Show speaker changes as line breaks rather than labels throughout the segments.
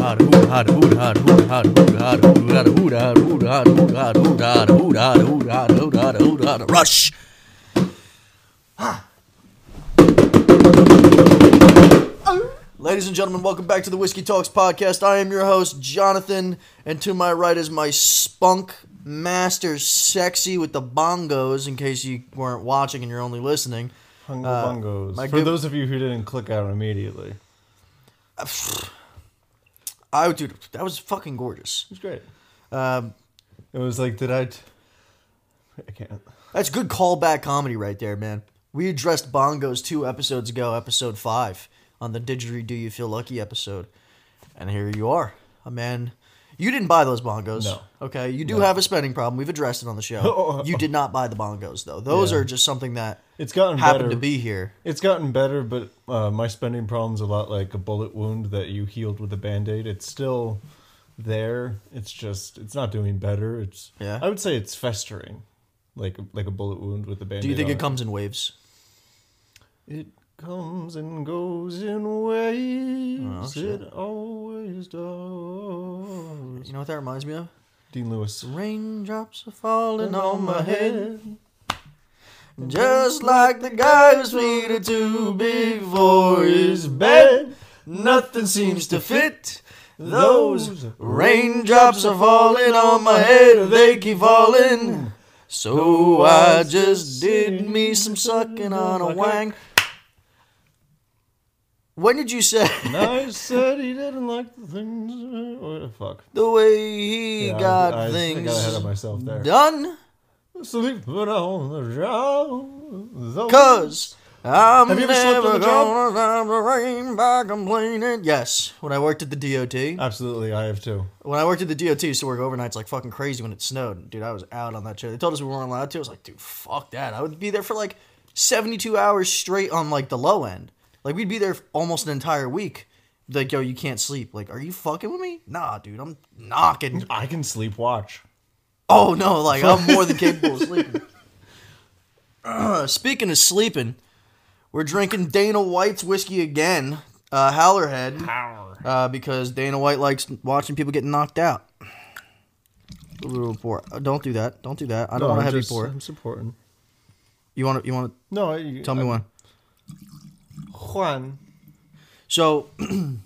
hard, hood hard, hood hard, hood hard, hood hard, hood hard, hood hard, hood hard, hood hard, hood hard, hood hard, hood hard, hood hard, rush. Ladies and gentlemen, welcome back to the Whiskey Talks podcast. I am your host, Jonathan, and to my right is my spunk master, sexy with the bongos. In case you weren't watching and you're only listening,
Hungo
Uh,
bungos.
my
For
good-
those of you who didn't click out immediately, it
I dude, that was fucking gorgeous.
was great.
Um,
It was like, did I? T- I can't.
That's good callback comedy right there, man. We addressed bongos two episodes ago, episode five, on the Didgeridoo Do You Feel Lucky episode. And here you are, a man. You didn't buy those bongos.
No.
Okay. You do have a spending problem. We've addressed it on the show. you did not buy the bongos, though. Those
Yeah.
are just something that
It's gotten
happened
better.
to be here.
It's gotten better, but uh, my spending problem's a lot like a bullet wound that you healed with a band aid. It's still there. It's just it's not doing better. It's
Yeah.
I would say it's festering, like like a bullet wound with a band aid.
Do you think it comes in waves?
It comes and goes in waves.
Oh, shit.
it always does.
You know what that reminds me of?
Dean Lewis.
Raindrops are falling on my head. Just like the guy who's needed to big for his bed. Nothing seems to fit. Those raindrops are falling on my head, they keep falling. So I just did me some sucking on a wang. When did you say
I said he didn't like the things. uh, What the fuck?
the way he
Yeah, I-
got
I, I got ahead of
things
myself there.
done?
Sleeping on the job. those-
Cause I'm
Have you ever slept
never
on the job?
gonna have the rain by complaining. Yes, when I worked at the DOT,
Absolutely, I have too.
when I worked at the DOT, used to work overnights like fucking crazy when it snowed. Dude, I was out on that show. They told us we weren't allowed to. I was like, dude, fuck that. I would be there for like 72 hours straight on like the low end. Like we'd be there for almost an entire week. Like, yo, you can't sleep. Like, are you fucking with me? Nah, dude, I'm knocking.
I can sleep watch.
Oh no, like I'm more than capable of sleeping. Uh, speaking of sleeping, we're drinking Dana White's whiskey again, uh, Howlerhead, uh, because Dana White likes watching people get knocked out. A little pour. Uh, Don't do that. Don't do that. I don't want a heavy pour.
I'm supporting.
You want to? You want to
No, I,
tell me
I,
one.
Juan.
So,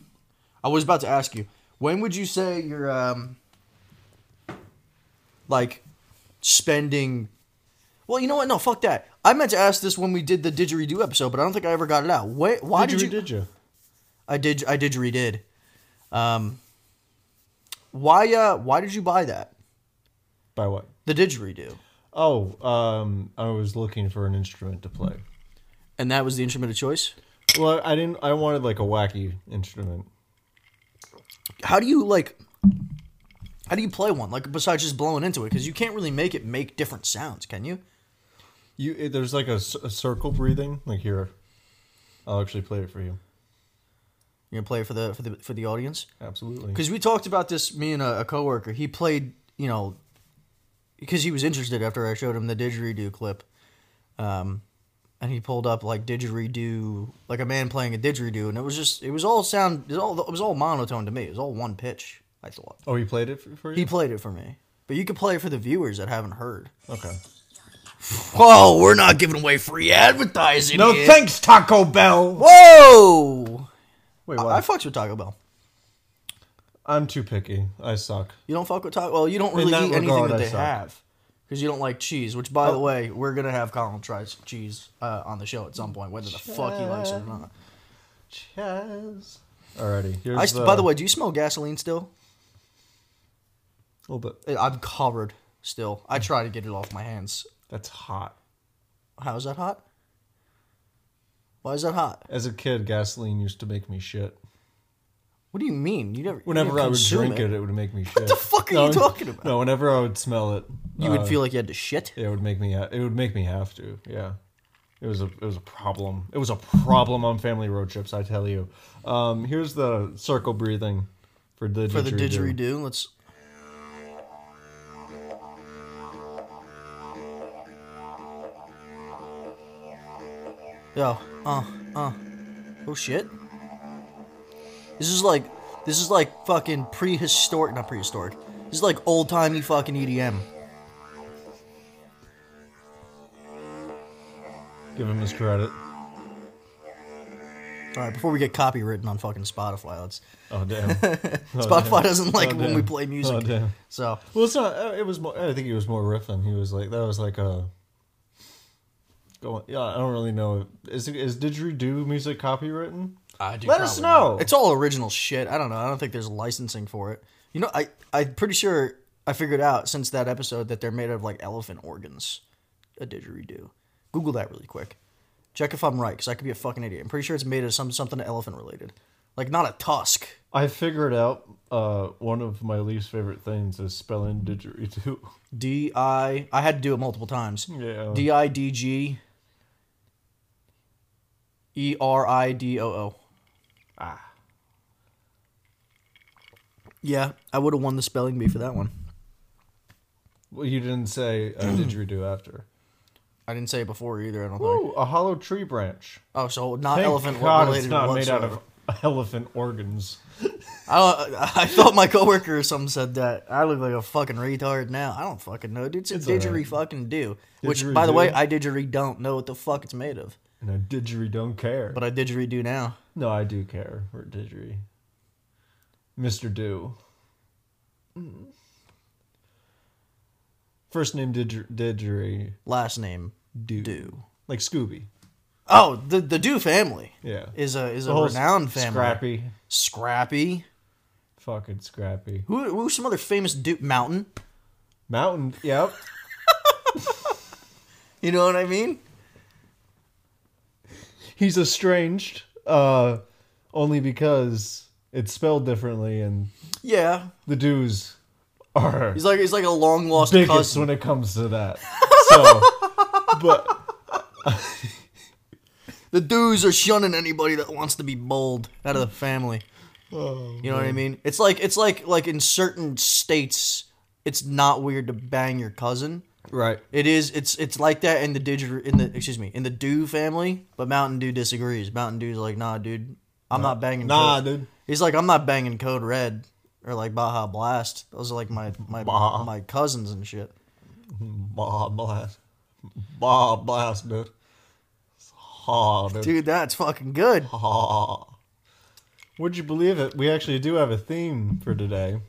I was about to ask you, when would you say you're um, like spending? Well, you know what? No, fuck that. I meant to ask this when we did the didgeridoo episode, but I don't think I ever got it out. Wait, why did you?
Did you?
I did. I didgeridid. Um, why? Uh, why did you buy that?
By what?
The didgeridoo,
Oh, um, I was looking for an instrument to play.
and that was the instrument of choice.
Well, I didn't. I wanted like a wacky instrument.
How do you like? How do you play one? Like besides just blowing into it, because you can't really make it make different sounds, can you?
You it, there's like a, c- a circle breathing. Like here, I'll actually play it for you.
You're gonna play it for the for the for the audience
Absolutely.
because we talked about this. Me and a, a coworker. He played, you know, because he was interested after I showed him the didgeridoo clip, um, and he pulled up like didgeridoo, like a man playing a didgeridoo, and it was just it was all sound. It was all it was all monotone to me. It was all one pitch. I thought
Oh, he played it for, for you.
he played it for me, but you could play it for the viewers that haven't heard.
okay.
Whoa, we're not giving away free advertising.
No
here.
thanks, Taco Bell.
Whoa,
Wait,
I, I
what?
fucks with Taco Bell.
I'm too picky. I suck.
You don't fuck with taco. Well, you don't
In
really
that
eat anything
regard,
that
Oh. I
they
suck.
have because you don't like cheese. Which, by the way, we're gonna have Colin try some cheese uh, on the show at some point, whether the fuck he likes it or not.
Chaz. Alrighty. Here's
I, s- by the way, do you smell gasoline still?
a little bit.
Uh, I'm covered still. I try to get it off my hands.
That's hot.
How is that hot? Why is that hot?
As a kid, gasoline used to make me shit.
What do you mean? You never. you
Whenever
didn't
I would
consume
drink it, it would make me shit.
the fuck are you
I'm-
talking about?
No, whenever I would smell it,
you
uh,
would feel like you had to shit.
it would make me. ha- It would make me have to. Yeah, it was a. It was a problem. It was a problem on family road trips. I tell you. Um, here's the circle breathing for didgeridoo.
For the didgeridoo, let's. Yo, uh, uh. Oh shit. This is like, This is like fucking prehistoric, not prehistoric. This is like old timey fucking E EDM.
Give him his credit.
All right, before we get copywritten on fucking Spotify, let's.
Oh damn. Oh,
Spotify
damn.
doesn't like
Oh,
when we
damn.
play music.
Oh damn.
So
Well, it's not. uh, It was more. I think he was more riffing. He was like that was like a. Going. Yeah, I don't really know. Is is didgeridoo music copywritten?
I do.
Let us
probably.
know.
It's all original shit. I don't know. I don't think there's licensing for it. You know, I I'm pretty sure I figured out since that episode that they're made of like elephant organs, a didgeridoo. Google that really quick. Check if I'm right, because I could be a fucking idiot. I'm pretty sure it's made of some something elephant related, like not a tusk.
I figured out uh, one of my least favorite things is spelling didgeridoo.
D I I had to do it multiple times.
Yeah.
D I D G E R I D O O.
ah.
Yeah, I would have won the spelling bee for that one.
Well, you didn't say uh,
Hmm.
didgeridoo after.
I didn't say it before either. I don't think.
Ooh, a hollow tree branch.
Oh, so not
Thank
elephant
God
related
it's not
whatsoever.
made out of elephant organs.
I, I thought my coworker or something said that. I look like a fucking retard now. I don't fucking know, dude. It's a
It's
didgeridoo
alright.
fucking do. Which, by the
Didgeridoo?
way, I didgeridoo don't know what the fuck it's made of,
And a didgeridoo don't care.
but I didgeridoo now.
no, I do care for didgeridoo. Mr. Do. Mm-hmm. First name didger- didgeridoo.
Last name
Do.
Do.
Like Scooby.
Oh, the the Do family
Yeah.
is a is
The
a
whole
renowned
s-
family.
Scrappy.
Scrappy.
Fucking Scrappy.
Who who's some other famous dude? Mountain.
Mountain. Yep.
You know what I mean?
He's estranged. Uh, only because it's spelled differently and
Yeah.
the dues are
He's like he's like a long lost
biggest
cousin.
when it comes to that. So, but
The dudes are shunning anybody that wants to be bold out of the family.
Oh,
you know what I mean? It's like it's like like in certain states, it's not weird to bang your cousin.
right,
It is. It's it's like that in the digital in the excuse me in the Dew family, but Mountain Dew disagrees. Mountain Dew's like, nah, dude, I'm not banging.
Nah,
Code-
dude.
He's like, I'm not banging Code Red or like Baja Blast. Those are like my my
Baja.
my cousins and shit.
bah blast, bah blast, dude. Ha, dude.
Dude, that's fucking good.
Ha. Would you believe it? We actually do have a theme for today.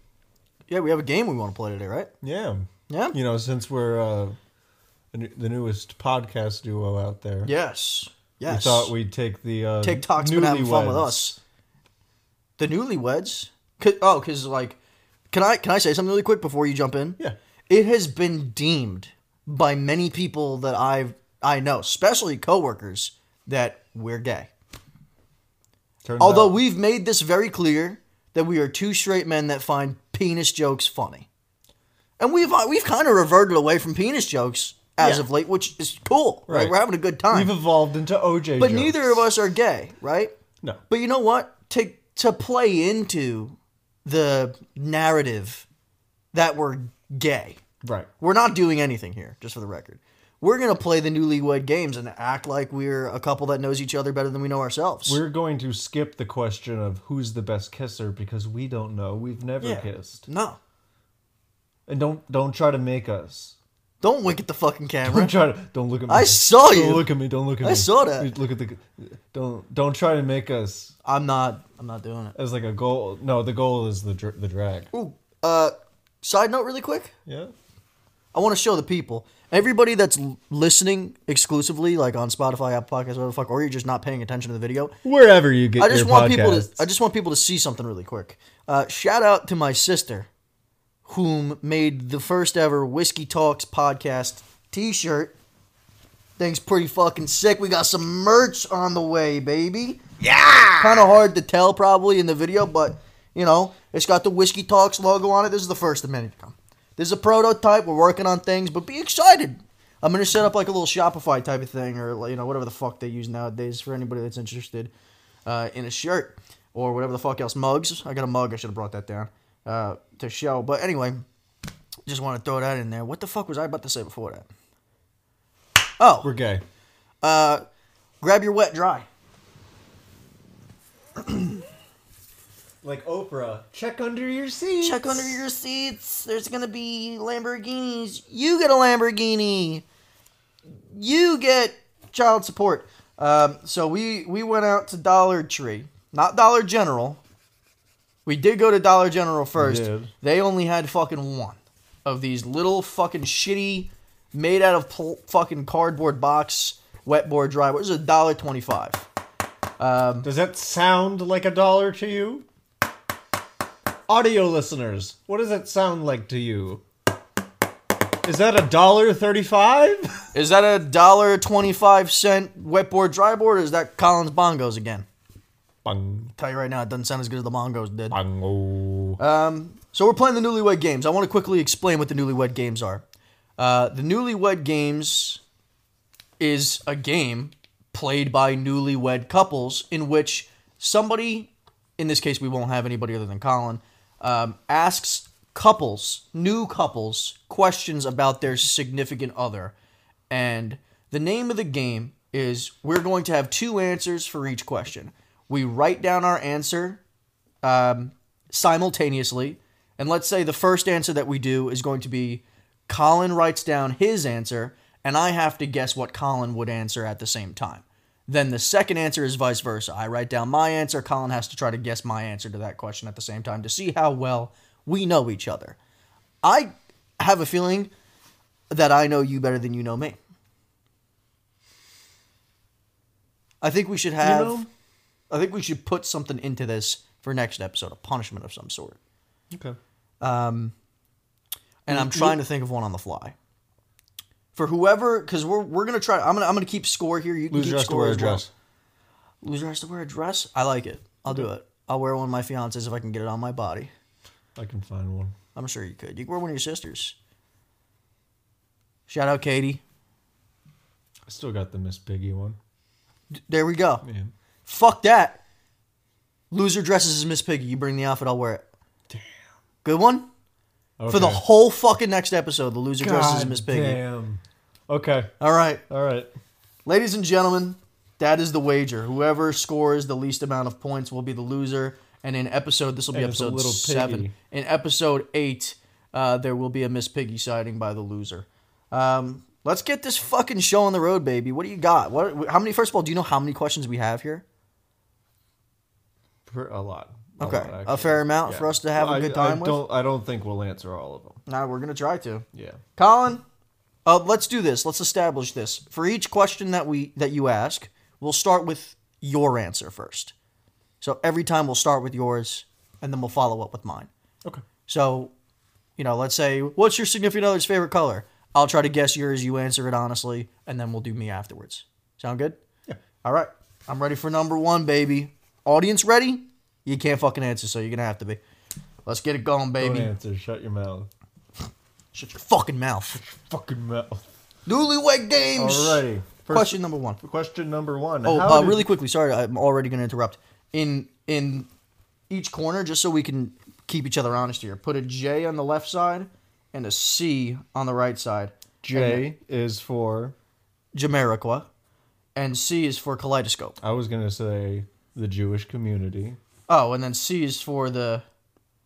Yeah, we have a game we want to play today, right?
Yeah,
Yeah.
you know, since we're uh, the new- the newest podcast duo out there,
Yes.
we
Yes.
thought we'd take the uh,
TikTok's been having fun with
newlyweds.
us. The newlyweds. 'Cause- oh, because like, can I can I say something really quick before you jump in?
Yeah.
It has been deemed by many people that I've I know, especially coworkers, that we're gay.
Turns
Although
out-
we've made this very clear that we are two straight men that find penis jokes funny, and we've uh, we've kind of reverted away from penis jokes as
Yeah.
of late, which is cool. Right,
Right.
we're having a good time.
we've evolved into OJ,
But
jokes.
neither of us are gay, right?
No.
But you know what? To to play into the narrative that we're gay.
right.
We're not doing anything here, just for the record. We're gonna play the newlywed games and act like we're a couple that knows each other better than we know ourselves.
We're going to skip the question of who's the best kisser because we don't know. We've never
Yeah.
kissed.
no.
And don't don't try to make us.
Don't wink at the fucking camera.
Don't try to don't look at me.
I saw
Don't
you.
look at me. Don't look at me.
I saw that.
You Look at the Don't don't try to make us
I'm not I'm not doing it.
as like a goal. No, the goal is the dr- the drag.
Ooh, uh side note really quick.
Yeah.
I want to show the people, everybody that's l- listening exclusively, like on Spotify, Apple Podcasts, whatever the fuck, or you're just not paying attention to the video.
Wherever you get
I just
your
want people
podcasts.
to. I just want people to see something really quick. Uh, shout out to my sister, whom made the first ever Whiskey Talks podcast T-shirt. Thing's pretty fucking sick. We got some merch on the way, baby. Yeah. Kind of hard to tell probably in the video, but you know it's got the Whiskey Talks logo on it. This is the first of many to come. This is a prototype. We're working on things, but be excited. I'm gonna set up like a little Shopify type of thing, or like, you know whatever the fuck they use nowadays for anybody that's interested uh, in a shirt or whatever the fuck else. Mugs. I got a mug. I should have brought that down uh, to show. But anyway, just want to throw that in there. What the fuck was I about to say before that? Oh,
We're gay.
uh, grab your wet dry.
like Oprah, check under your seat.
Check under your seats. There's gonna be Lamborghinis. You get a Lamborghini. You get child support. Um, so we we went out to Dollar Tree, not Dollar General. We did go to Dollar General first.
did.
They only had fucking one of these little fucking shitty, made out of pl- fucking cardboard box, wet board, dry board. It was a dollar twenty-five.
Does that sound like a dollar to you? Audio listeners, what does that sound like to you? Is that a dollar thirty-five?
Is that a dollar twenty-five cent wet board, dry board? Or is that Collins bongos again?
Bang,
Tell you right now, it doesn't sound as good as the bongos did.
bang, oh.
Um, so we're playing the newlywed games. I want to quickly explain what the newlywed games are. Uh, the newlywed games is a game played by newlywed couples in which somebody, in this case, we won't have anybody other than Colin, um, asks couples, new couples, questions about their significant other. And the name of the game is we're going to have two answers for each question. We write down our answer um, simultaneously. And let's say the first answer that we do is going to be Colin writes down his answer, and I have to guess what Colin would answer at the same time. Then the second answer is vice versa. I write down my answer, Colin has to try to guess my answer to that question at the same time to see how well we know each other. I have a feeling that I know you better than you know me. I think we should have
know-
I think we should put something into this for next episode, a punishment of some sort.
Okay.
And
Mm,
I'm trying to think of one on the fly. For whoever, because we're, we're gonna try. I'm gonna I'm gonna keep score here. You can
Loser
keep
has to
score
wear a
as well.
dress.
Loser has to wear a dress. I like it. I'll do it. I'll wear one of my fiance's if I can get it on my body.
I can find one.
I'm sure you could. You can wear one of your sisters. Shout out Katie.
I still got the Miss Piggy one.
D- There we go.
Yeah.
Fuck that. Loser dresses as Miss Piggy. You bring the outfit, I'll wear it.
Damn.
Good one?
Okay.
For the whole fucking next episode, the loser dresses as Miss Piggy.
Damn. Okay.
All right.
All right.
Ladies and gentlemen, that is the wager. Whoever scores the least amount of points will be the loser. And in episode, this will be
And it's a
episode
little
seven.
piggy.
In episode eight, uh, there will be a Miss Piggy sighting by the loser. Um, let's get this fucking show on the road, baby. What do you got? What? How many? First of all, do you know how many questions we have here?
Per- A lot.
Okay.
lot,
A
actually.
fair amount for us to have a
I-
good time
I
with?
Don't, I don't think we'll answer all of them.
Nah, we're gonna try to.
Yeah.
Colin, uh, let's do this. Let's establish this. For each question that we that you ask, we'll start with your answer first. So every time we'll start with yours, and then we'll follow up with mine.
Okay.
So, you know, let's say, what's your significant other's favorite color? I'll try to guess yours. You answer it honestly, and then we'll do me afterwards. Sound good?
Yeah.
All right. I'm ready for number one, baby. Audience ready? You can't fucking answer, so you're gonna have to be. Let's get it going,
Don't
baby.
answer. Shut your mouth.
Shut your fucking mouth.
Fucking mouth.
Newlywed games.
Alrighty. First
Question number one.
Question number one.
Oh,
How
uh,
did-
really quickly. Sorry, I'm already going to interrupt. In in each corner, just so we can keep each other honest here. Put a J on the left side and a C on the right side.
J is for.
Jamaica, and C is for kaleidoscope.
I was gonna say the Jewish community,
Oh, and then C is for the.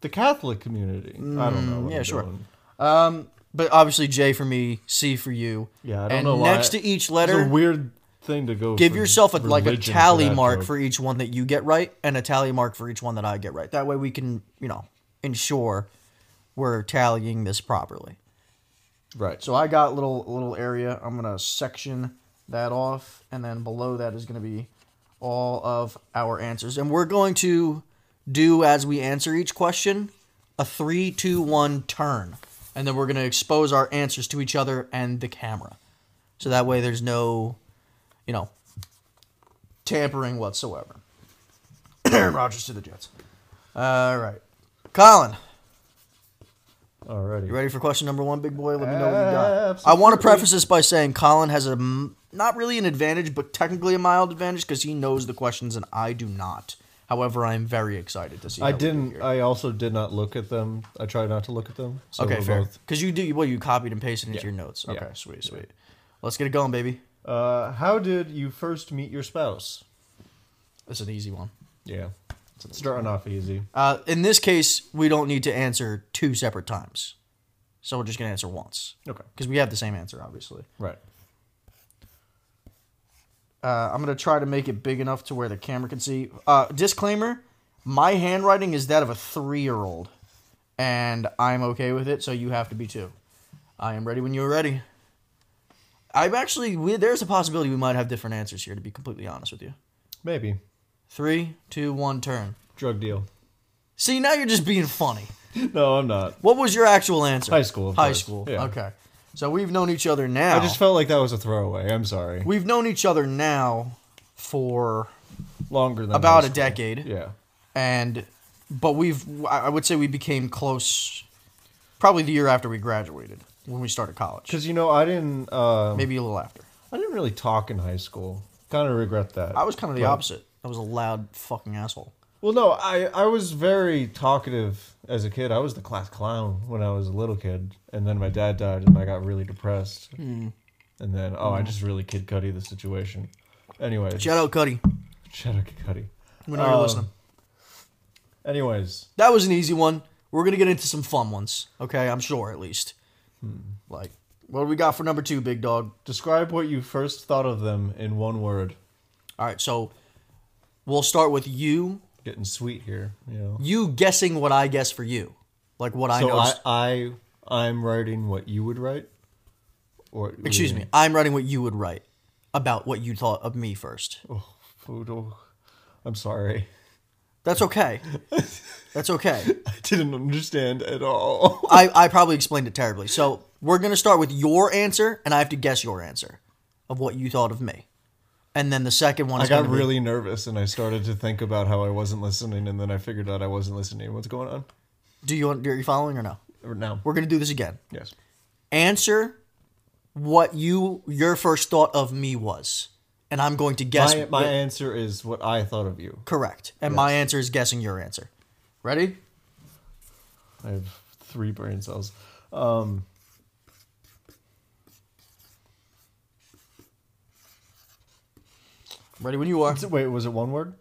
the Catholic community. I don't know. What
Mm, yeah,
I'm
sure.
doing.
Um, but obviously J for me, C for you.
Yeah, I don't
and
know why
next
I-
to each
It's a
letter,
weird thing to go.
give
from
yourself a, like a
religion to
tally
that
mark
joke.
for each one that you get right and a tally mark for each one that I get right. That way we can, you know, ensure we're tallying this properly.
right.
So I got little little area. I'm going to section that off and then below that is going to be all of our answers. And we're going to do as we answer each question a three, two, one turn. And then we're going to expose our answers to each other and the camera. So that way there's no, you know, tampering whatsoever. Aaron Rodgers to the Jets. All right. Colin,
Alrighty.
you ready for question number one, big boy? Let me know what you got. I
Absolutely.
want to preface this by saying Colin has a m- not really an advantage, but technically a mild advantage because he knows the questions and I do not. However, I am very excited to see.
I
how we do
didn't.
here.
I also did not look at them. I tried not to look at them. So
okay,
we're
fair.
both-
Because you do well, you copied and pasted into
Yeah.
your notes.
Yeah.
Okay, sweet, sweet. Let's get it going, baby.
Uh, how did you first meet your spouse?
That's an easy one.
Yeah.
That's an
Starting off easy.
uh, in this case, we don't need to answer two separate times. So we're just going to answer once
Okay.
because we have the same answer, obviously.
Right.
Uh, I'm going to try to make it big enough to where the camera can see. Uh, disclaimer my handwriting is that of a three year old, and I'm okay with it, so you have to be too. I am ready when you're ready. I'm actually, we, there's a possibility we might have different answers here, to be completely honest with you.
Maybe.
Three, two, one, turn.
Drug deal.
See, now you're just being funny.
No, I'm not.
What was your actual answer?
High school, of
High
course.
school.
Yeah.
Okay. So we've known each other now.
I just felt like that was a throwaway. I'm sorry.
we've known each other now for
Longer than
about
high
a
school.
decade,
Yeah.
and but we've I I would say we became close, probably the year after we graduated when we started college,
Because you know, I didn't. Uh,
maybe a little after.
I didn't really talk in high school. Kind of regret that.
I was kind of the
But-
opposite. I was a loud fucking asshole.
Well, no, I I was very talkative as a kid. I was the class clown when I was a little kid, and then my dad died, and I got really depressed.
Hmm.
And then, oh, I just really kid Cuddy the situation. Anyways,
Shout out Cuddy
shout out Kid Cuddy.
when you're
Um,
listening.
Anyways,
That was an easy one. We're gonna get into some fun ones, okay? I'm sure at least. Hmm. Like, what do we got for number two, big dog?
describe what you first thought of them in one word.
All right, so we'll start with you.
Getting sweet here, you know.
You guessing what I guess for you, like what I
so
know.
I, I I'm writing what you would write. Or
Excuse me, I'm writing what you would write about what you thought of me first.
Oh, food, oh, I'm sorry.
That's okay. That's okay.
I didn't understand at all.
I, I probably explained it terribly. So we're gonna start with your answer, and I have to guess your answer of what you thought of me, and then the second one.
I
Is
got
gonna be-
really nervous and I started to think about how I wasn't listening, and then I figured out I wasn't listening. What's going on?
Do you want? Are you following or no?
Or Now,
We're gonna do this again.
yes.
Answer what you your first thought of me was, and I'm going to guess.
My, my
what-
answer is what I thought of you.
Correct. And my answer is guessing your answer. Ready?
I have three brain cells. Um,
Ready when you are.
is it- wait, was it one word?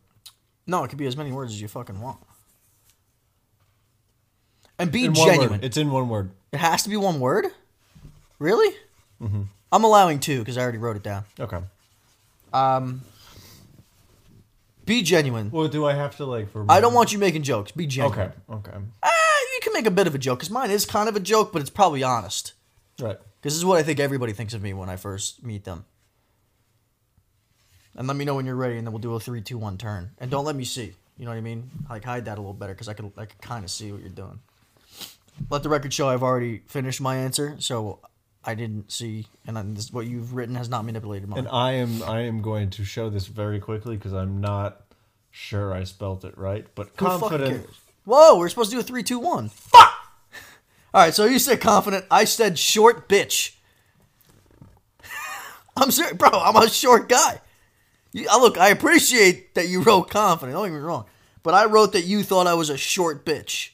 No, it could be as many words as you fucking want. And be
In one word.
genuine.
It's in one word.
It has to be one word? Really? Mm-hmm. I'm allowing two because I already wrote it down.
Okay.
Um, be genuine.
Well, do I have to like for?
I don't want you making jokes. Be genuine.
Okay. Okay.
Ah, you can make a bit of a joke because mine is kind of a joke, but it's probably honest.
Right.
Because this is what I think everybody thinks of me when I first meet them. And let me know when you're ready, and then we'll do a three, two, one turn. And don't let me see. You know what I mean? Like hide that a little better, because I can I can kind of see what you're doing. Let the record show I've already finished my answer, so I didn't see, and I, this, what you've written has not manipulated mine.
And I am I am going to show this very quickly because I'm not sure I spelt it right, but
Who fucking
confident.
cares? Whoa, we're supposed to do a three, two, one. Fuck. All right, so you said confident. I said short bitch. I'm sorry, bro. I'm a short guy. You, uh, look, I appreciate that you wrote confident. Don't get me wrong, but I wrote that you thought I was a short bitch.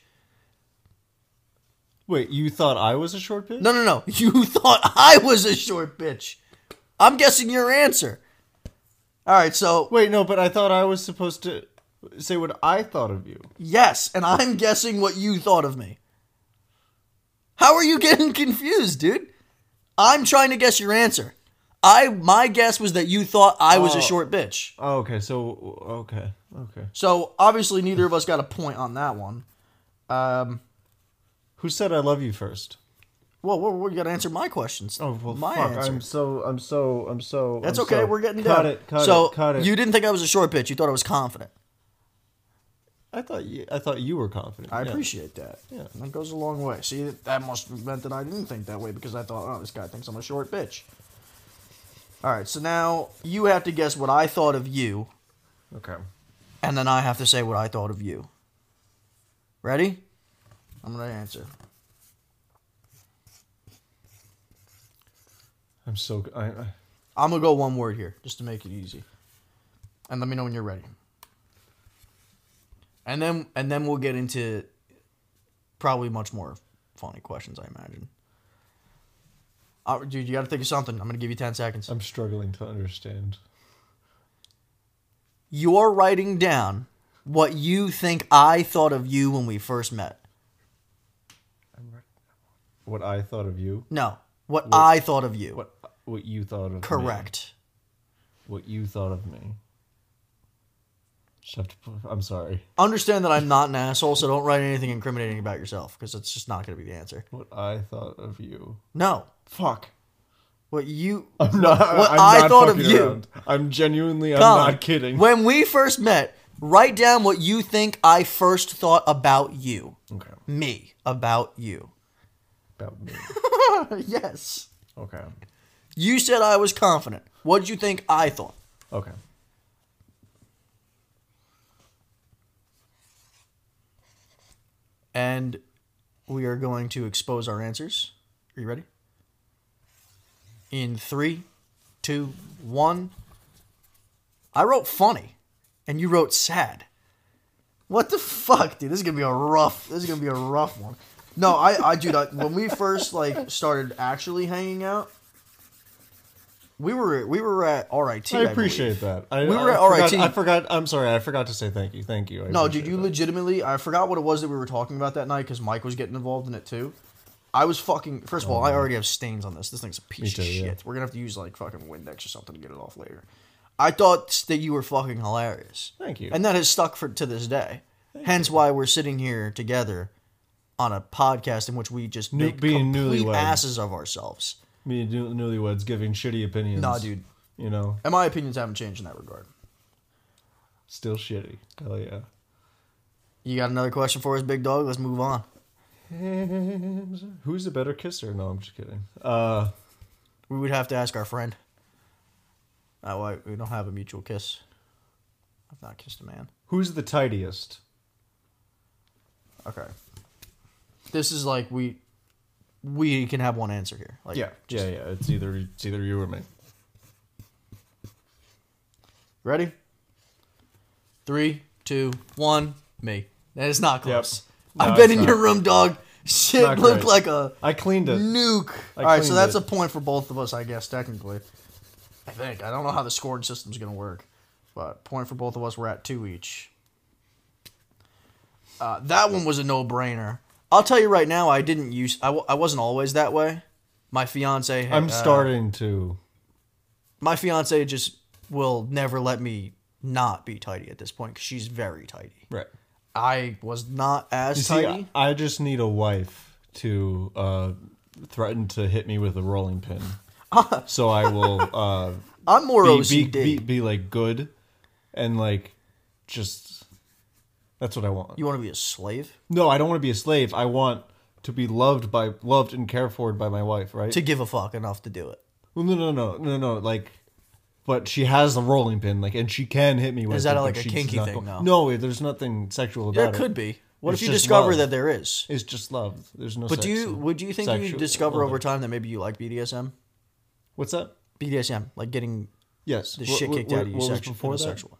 Wait, you thought I was a short pitch?
No, no, no. You thought I was a short bitch. I'm guessing your answer. All right, so
Wait, no, but I thought I was supposed to say what I thought of you.
yes, and I'm guessing what you thought of me. How are you getting confused, dude? I'm trying to guess your answer. I my guess was that you thought I was
Oh.
a short bitch.
Oh, okay. So okay, okay.
So obviously neither of us got a point on that one. Um,
Who said I love you first?
whoa, whoa, whoa, you got to answer my questions.
Oh well,
my
fuck.
answer.
I'm so I'm so I'm so.
That's
I'm
okay.
so-
We're getting
cut
down.
it. Cut
so
it. Cut it.
you didn't think I was a short bitch. You thought I was confident.
I thought you. I thought you were confident.
I
Yeah.
appreciate that.
Yeah.
that goes a long way. See, that- that must have meant that I didn't think that way because I thought, oh, this guy thinks I'm a short bitch. All right, so now you have to guess what I thought of you,
Okay.
and then I have to say what I thought of you. Ready? I'm gonna answer.
I'm so. I, I,
I'm gonna go one word here just to make it easy, and let me know when you're ready. And then, and then we'll get into probably much more funny questions, I imagine. Uh, dude, you got to think of something. I'm gonna give you ten seconds.
I'm struggling to understand.
You're writing down what you think I thought of you when we first met.
What I thought of you.
No, what, I thought of you.
What what you thought of me.
Correct.
What you thought of me. Just have to put- I'm sorry.
Understand that I'm not an asshole, so don't write anything incriminating about yourself because that's just not going to be the answer.
What I thought of you.
No,
Fuck.
what you
I'm not.
What
I'm
I
not
thought of
fucking
you.
around. I'm genuinely. I'm
Colin,
not kidding.
When we first met, write down what you think I first thought about you.
okay.
Me about you.
About me.
yes.
Okay.
You said I was confident. What'd you think I thought?
Okay.
And we are going to expose our answers. Are you ready? In three, two, one. I wrote funny, and you wrote sad. What the fuck, dude? This is gonna be a rough. This is gonna be a rough one. No, I, I, dude, I, when we first like started actually hanging out, we were we were at RIT.
I
believe.
appreciate that. I,
We were
I
at
forgot-
RIT.
I forgot. I'm sorry. I forgot to say thank you. Thank you. I
No,
appreciate
dude, you
that.
legitimately. I forgot what it was that we were talking about that night because Mike was getting involved in it too. I was fucking. First of all, I already have stains on this. This thing's a piece
Oh. too,
of shit.
yeah.
We're gonna have to use like fucking Windex or something to get it off later. I thought that you were fucking hilarious.
Thank you.
And that has stuck for to this day. Hence why we're sitting here together on a podcast in which we just
New-
make
being
complete
newlyweds.
asses of ourselves.
Me and new- newlyweds giving shitty opinions.
Nah, dude.
You know,
And my opinions haven't changed in that regard.
still shitty. Hell yeah.
You got another question for us, big dog? Let's move on.
Who's a better kisser? No, I'm just kidding. Uh,
We would have to ask our friend. Uh, well, we don't have a mutual kiss. I've not kissed a man.
who's the tidiest?
Okay. This is like we we can have one answer here. Like
yeah, yeah. It's either it's either you or me.
Ready? Three, two, one, me. That is not close.
No,
I've been
it's
in
not.
your room, dog. Shit
Not
looked
great.
like a
I cleaned it.
nuke.
I
All right, so
cleaned
that's
it.
a point for both of us, I guess, technically. I think. I don't know how the scoring system's going to work, but point for both of us. We're at two each. Uh, that one was a no-brainer. I'll tell you right now, I didn't use. I, w- I wasn't always that way. My fiance.
I'm
uh,
starting to.
My fiance just will never let me not be tidy at this point because she's very tidy.
Right.
I was not as
You see,
tidy.
I, I just need a wife to uh, threaten to hit me with a rolling pin. so I will uh,
I'm more
be, be,
OCD.
be, be like good and like just. That's what I want.
you want to be a slave?
No, I don't want to be a slave. I want to be loved by loved and cared for by my wife, right?
To give a fuck enough to do it.
Well, no, no, no, no, no. Like, but she has the rolling pin, like, and she can hit me with.
that
it, but
like a
she's
kinky
not
thing,
going-
though?
No, there's nothing sexual about
There
it.
could be. What
It's
if you
just
discover
love.
that there is?
It's just love. There's no.
But do
sex
you
in-
would you think you
sexual-
discover
love
over
it.
time that maybe you like BDSM?
What's that?
BDSM, like getting
Yes.
the
What-
shit
what-
kicked
what-
out of you
what was
sexual,
before that?
sexual.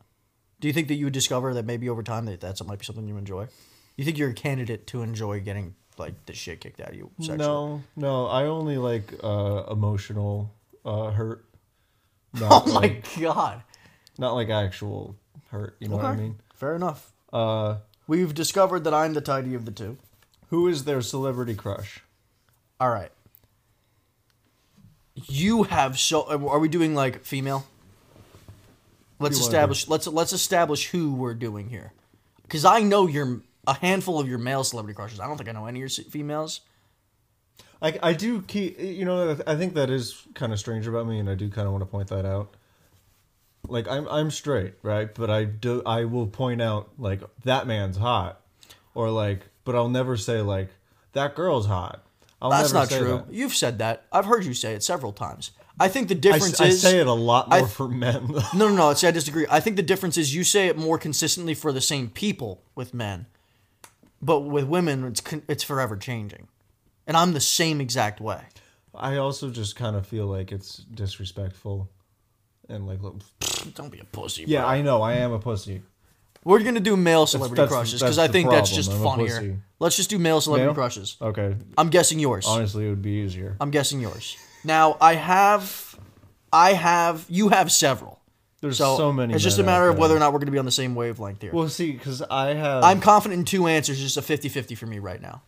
Do you think that you would discover that maybe over time that that might be something you enjoy? You think you're a candidate to enjoy getting like the shit kicked out of you sexually?
No, no. I only like uh, emotional uh, hurt.
Oh
Not like,
my god.
Not like actual hurt. You know what I
Okay.
mean?
Fair enough.
Uh,
We've discovered that I'm the tidy of the two.
who is their celebrity crush?
All right. You have so. Are we doing like female? Let's
You wanna do-
establish. Let's let's establish who we're doing here, because I know your a handful of your male celebrity crushes. I don't think I know any of your se- females.
I, I do keep you know I think that is kind of strange about me and I do kind of want to point that out. Like I'm I'm straight, right? But I do I will point out like that man's hot or like but I'll never say like that girl's hot. I'll
That's
never
not
say
true.
that.
You've said that. I've heard you say it several times. I think the
I,
difference
s- I
is
say it a lot
I-
more for men.
no, no, no. See, I disagree. I think the difference is you say it more consistently for the same people with men, but with women, it's con- it's forever changing, and I'm the same exact way.
I also just kind of feel like it's disrespectful and like look-
Don't be a pussy.
yeah, I know I am a pussy.
We're gonna do male celebrity
that's-
crushes
that's
because I
the
think that's just
problem. I'm a
funnier.
pussy.
Let's just do male celebrity
Male?
crushes.
Okay.
I'm guessing yours.
Honestly, it would be easier.
I'm guessing yours. Now I have, I have, you have several.
There's
So,
so, many.
It's just a
men out
matter of
there.
whether or not we're going to be on the same wavelength here.
Well, see, because I have.
I'm confident in two answers, just a 50 50 for me right now.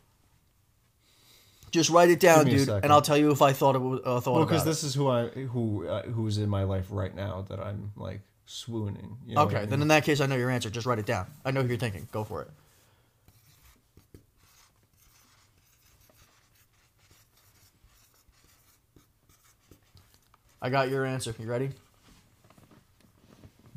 Just write it down,
Give me a
dude,
second.
and I'll tell you if I thought it was. Uh, thought
well,
about
because
it.
Oh, this is who I who uh, who is in my life right now that I'm like swooning. You know what
Okay,
I
then
mean?
in that case, I know your answer. Just write it down. I know who you're thinking. Go for it. I got your answer. You ready?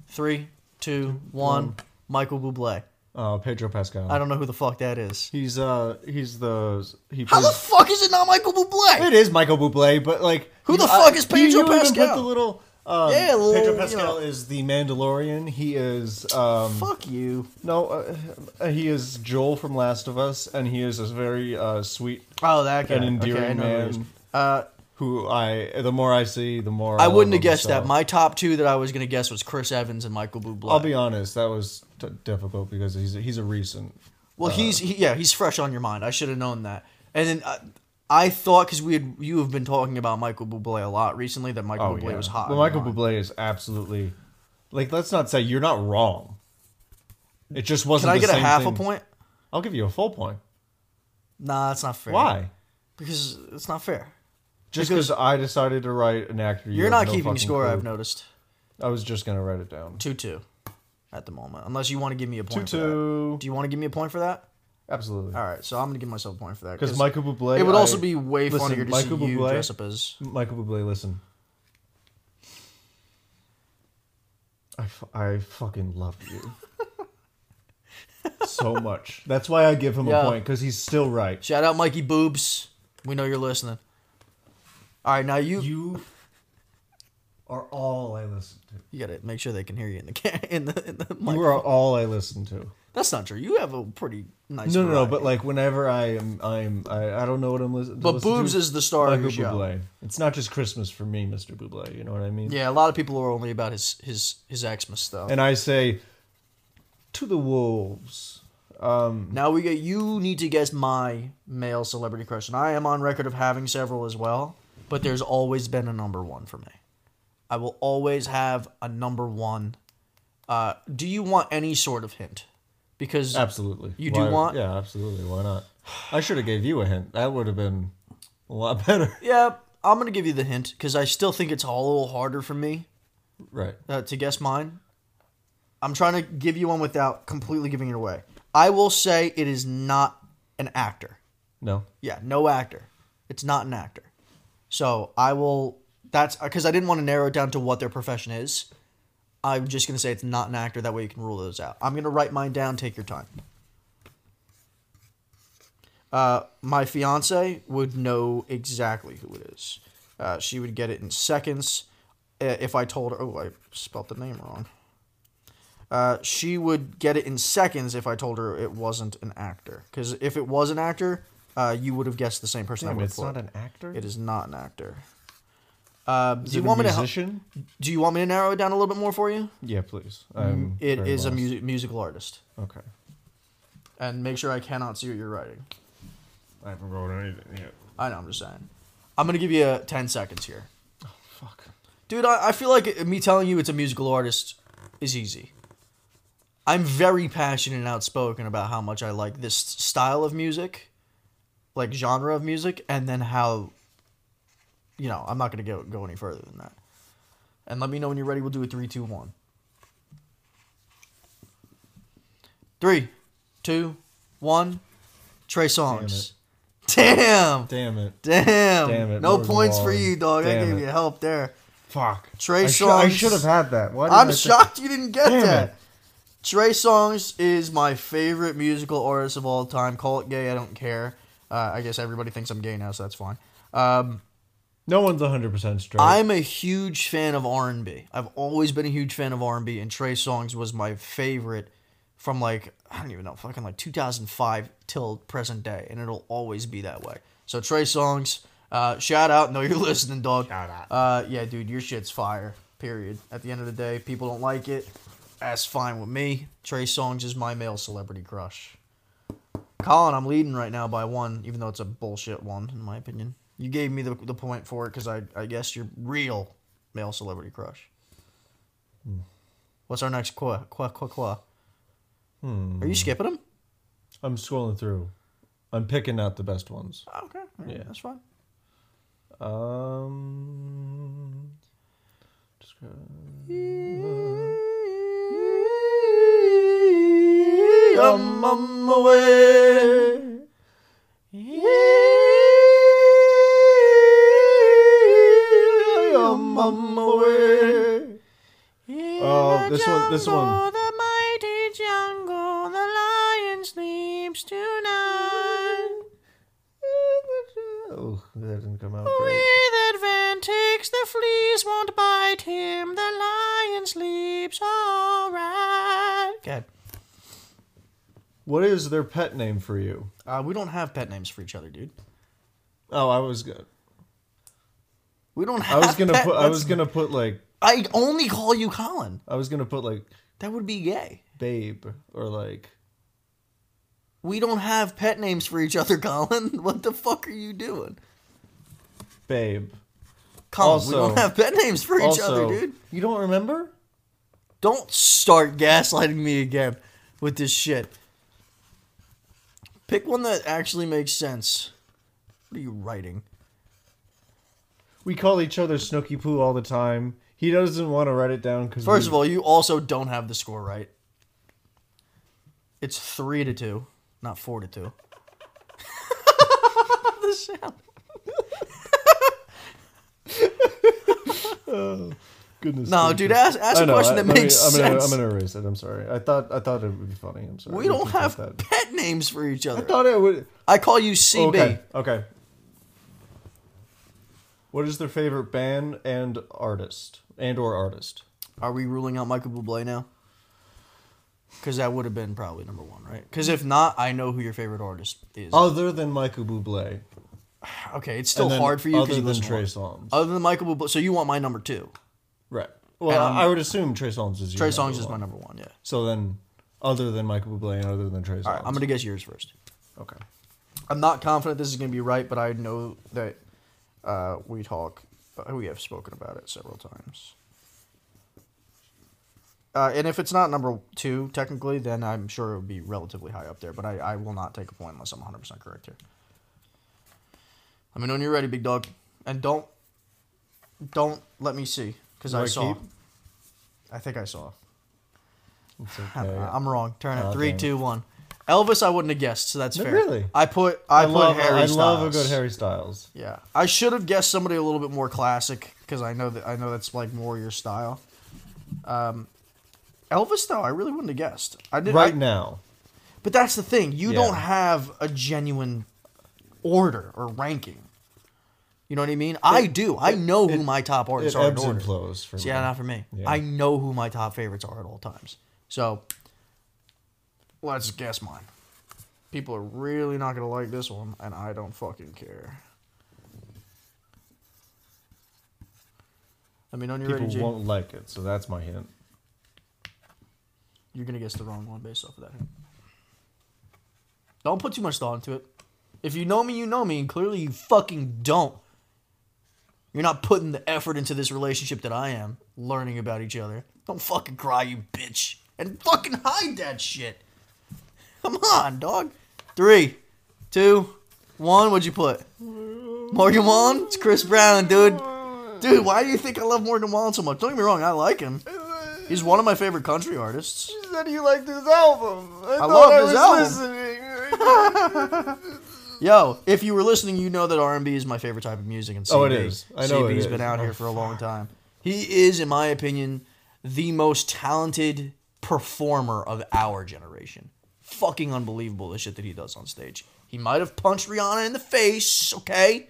Three, two, one. Michael Bublé.
uh, Pedro Pascal.
I don't know who the fuck that is.
He's uh he's the he.
How the
plays-
fuck is it not Michael Bublé?
it is Michael Bublé, but like
Who the
you-
fuck is
you- you
Pedro
even put
Pascal?
the little. Um,
Yeah, a little,
Pedro
you
Pascal
know.
is the Mandalorian. He is um,
Fuck you.
no, uh, uh, he is Joel from Last of Us, and he is a very uh, sweet
Oh, that guy.
an endearing
okay, I know who it is.
man.
Uh,
Who I the more I see, the more
I
love
wouldn't
him,
have guessed
so.
that. My top two that I was gonna guess was Chris Evans and Michael Bublé.
I'll be honest, that was t- difficult because he's he's a recent.
Well,
Uh,
he's he, yeah, he's fresh on your mind. I should have known that. And then uh, I thought because we had you have been talking about Michael Bublé a lot recently that Michael Bublé was hot.
Oh, Well,
on
Michael
your mind.
Bublé is absolutely like. Let's not say you're not wrong. It just wasn't.
Can I
the
get a
same
half
thing.
a point?
I'll give you a full point.
Nah, that's not fair.
Why?
Because it's not fair.
Just because I decided to write an actor. you
You're
have
not
no
keeping
fucking
score.
clue.
I've noticed
I was just gonna write it down.
two two at the moment. Unless you want to give me a
Two
point. for that.
two.
Do you want to give me a point for that?
Absolutely.
All right, so I'm gonna give myself a point for that
Because Michael Bublé.
It would also
I-
be way
listen,
funnier to
Michael
see you
Bublé-
dress up as.
Michael Bublé. Listen. I, f- I fucking love you. so much. That's why I give him
Yeah.
a point because he's still right.
Shout out Mikey Boobs. We know you're listening. All right, now you
You are all I listen to.
You gotta make sure they can hear you in the ca- in the in the mic.
You are all I listen to.
That's not true. You have a pretty nice.
No, no, no.
variety.
But like whenever I am, I'm, I, I don't know what I'm listening.
But
listen to.
Boobs is the star of
Michael
your show.
Bublé. It's not just Christmas for me, Mr. Bublé. You know what I mean?
yeah, a lot of people are only about his his his Xmas stuff.
And I say, to the wolves. Um,
now we get you need to guess my male celebrity crush, and I am on record of having several as well. But there's always been a number one for me. I will always have a number one. Uh, do you want any sort of hint? Because
Absolutely.
You do
Why-
want-
Yeah, absolutely. Why not? I should have gave you a hint. That would have been a lot better.
yeah, I'm gonna give you the hint because I still think it's a little harder for me.
Right.
uh, to guess mine. I'm trying to give you one without completely giving it away. I will say it is not an actor.
No.
Yeah, no actor. It's not an actor. So I will. That's because I didn't want to narrow it down to what their profession is. I'm just gonna say it's not an actor. That way you can rule those out. I'm gonna write mine down. Take your time. Uh, my fiance would know exactly who it is. Uh, she would get it in seconds. Uh, If I told her, oh, I spelled the name wrong. Uh, she would get it in seconds if I told her it wasn't an actor. Because if it was an actor, uh, you would have guessed the same person. I
Damn,
would
it's
for.
not an actor.
It is not an actor. Uh,
Is
do you
it a
want me to?
musician?
Do you want me to narrow it down a little bit more for you?
Yeah, please. I'm
It
very
is a
lost.
music musical artist,
Okay.
and make sure I cannot see what you're writing.
I haven't wrote anything yet.
I know. I'm just saying. I'm gonna give you uh, ten seconds here,
Fuck.
dude. I, I feel like it- me telling you it's a musical artist is easy. I'm very passionate and outspoken about how much I like this style of music, like genre of music, and then how. You know, I'm not gonna go go any further than that. And let me know when you're ready. We'll do a three, two, one. Three, two, one. Trey Songs. Damn.
Damn it.
Damn.
Damn it,
No
Morgan
points for
Wallen.
you, dog. I
Damn
gave
it.
you help there.
Fuck.
Trey
I shou- I
Songz.
should have had that. Why didn't I
I'm
think-
shocked you didn't get
Damn
that.
it.
Trey Songz is my favorite musical artist of all time. Call it gay, I don't care. Uh, I guess everybody thinks I'm gay now, so that's fine. Um,
No one's 100% straight.
I'm a huge fan of R&B. I've always been a huge fan of R&B, and Trey Songz was my favorite from like I don't even know, fucking like 2005 till present day, and it'll always be that way. So Trey Songz, uh, shout out. No, you're listening, dog.
Shout out.
Uh, yeah, dude, your shit's fire. Period. At the end of the day, people don't like it. That's fine with me. Trey Songz is my male celebrity crush. Colin, I'm leading right now by one, even though it's a bullshit one, in my opinion. You gave me the, the point for it because I, I guess you're real male celebrity crush. What's our next qua qua qua qua? Are you skipping them?
I'm scrolling through. I'm picking out the best ones.
Oh, Okay, all right,
Yeah.
that's fine.
Um,
I'm on my way. I'm on my way.
Oh, this one- this one.
Jungle, The mighty jungle, the lion sleeps tonight.
oh, that didn't come out
With
great.
advantage, the fleas won't bite him. The lion sleeps all right. Okay.
What is their pet name for you?
Uh, we don't have pet names for each other, dude.
Oh, I was gonna.
We don't
I
have.
was gonna
pet-
put. I was
that's-
gonna put like.
I'd only call you Colin.
I was gonna put like
That would be gay.
babe or like.
We don't have pet names for each other, Colin. What the fuck are you doing?
Babe.
Colin, we
Also-
don't have pet names for each
also,
other, dude.
you don't remember?
Don't start gaslighting me again with this shit. Pick one that actually makes sense. What are you writing?
We call each other Snooky Poo all the time. He doesn't want to write it down because
First of all, you also don't have the score right. It's three to two, not four to two. the sound.
goodness,
No,
gracious.
dude, ask, ask
I
a
know,
question
I-
that
let me-
makes
I'm
sense.
Gonna, I'm gonna erase it. I'm sorry. I thought I thought it would be funny. I'm sorry.
we don't
think
have
about that.
pet names for each
I
other.
thought it would.
I call you CB.
Okay. Okay. What is their favorite band and artist and or artist?
Are we ruling out Michael Bublé now? Because that would have been probably number one, right? Because if not, I know who your favorite artist is.
Other than Michael Bublé.
okay, it's still
Oh. And then
hard for you
Other
because you
than
listen to
Trey
one.
Songz.
Other than Michael Bublé, so you want my number two.
right. Well,
Um,
I would assume Trey Songz is your
Trey
number
Songz is
one.
my number one. Yeah.
So then, other than Michael Bublé and other than Trey Songz.
All right, I'm gonna guess yours first.
Okay.
I'm not confident this is gonna be right, but I know that uh, we talk, uh, we have spoken about it several times. Uh, and if it's not number two technically, then I'm sure it would be relatively high up there. But I, I will not take a point unless I'm 100 percent correct here. Let me know when you're ready, big dog, and don't don't let me see because
Do
I,
I
saw.
keep?
I think I saw.
It's
I'm,
okay.
I'm wrong. Turn
Oh,
it. Three,
dang it.
two, one. Elvis, I wouldn't have guessed, so that's
No,
fair.
really?
I put I,
I
put
love
Harry
I love a
Styles.
good Harry Styles.
Yeah, I should have guessed somebody a little bit more classic because I know that I know that's like more your style. Um, Elvis, though, I really wouldn't have guessed. I did
Right
I-
now.
but that's the thing. You
Yeah.
don't have a genuine order or ranking. You know what I mean? I do. I know who
it-
my top
It
artists are in
ebbs and
order.
flows for
See,
me.
yeah, not for me.
Yeah.
I know who my top favorites are at all times. So let's guess mine. People are really not gonna like this one, and I don't fucking care. Let me know when you're
People
ready, G.
won't like it, so that's my hint.
You're gonna guess the wrong one based off of that. Don't put too much thought into it. If you know me, you know me, and clearly you fucking don't. You're not putting the effort into this relationship that I am, learning about each other. Don't fucking cry, you bitch. And fucking hide that shit. Come on, dog. Three, two, one. What'd you put? Morgan Wallen? It's Chris Brown, dude. Dude, why do you think I love Morgan Wallen so much? Don't get me wrong, I like him. He's one of my favorite country artists.
You said you liked his album. I,
thought love I his was
album.
Yo, if you were listening, you know that R and B is my favorite type of music. And CB,
Oh, it is. I know it
CB's
is.
been out
Oh,
here for a long time. He is, in my opinion, the most talented performer of our generation. Fucking unbelievable the shit that he does on stage. He might have punched Rihanna in the face, okay,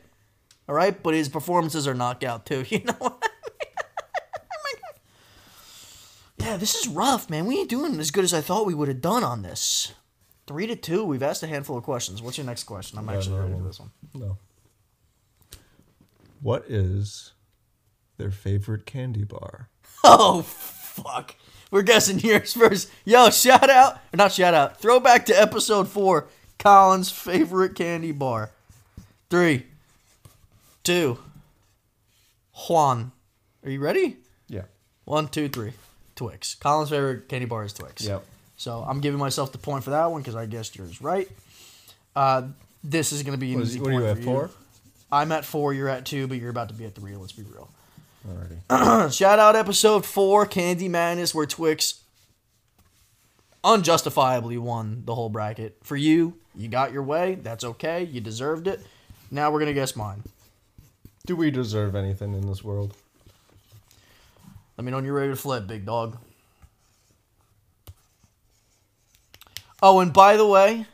all right, but his performances are knockout too. You know what? I mean? Yeah, this is rough, man. We ain't doing as good as I thought we would have done on this. Three to two. We've asked a handful of questions. What's your next question? I'm actually
another
ready for
one.
this one.
no. What is their favorite candy bar?
Oh fuck. We're guessing yours first. Yo, shout out or not shout out. Throwback to episode four, Colin's favorite candy bar. Three, two, Juan. Are you ready?
Yeah.
One, two, three. Twix. Colin's favorite candy bar is Twix.
Yep.
So I'm giving myself the point for that one because I guessed yours right. Uh, this is going to be an
What, is,
easy
what are
point
you at
for
four?
I'm at four. You're at two, but you're about to be at three. Let's be real.
Already.
Shout out episode four, Candy Madness, where Twix unjustifiably won the whole bracket. For you, you got your way. That's okay. You deserved it. Now we're gonna guess mine.
Do we deserve anything in this world?
Let me know when you're ready to flip, big dog. Oh, and by the way,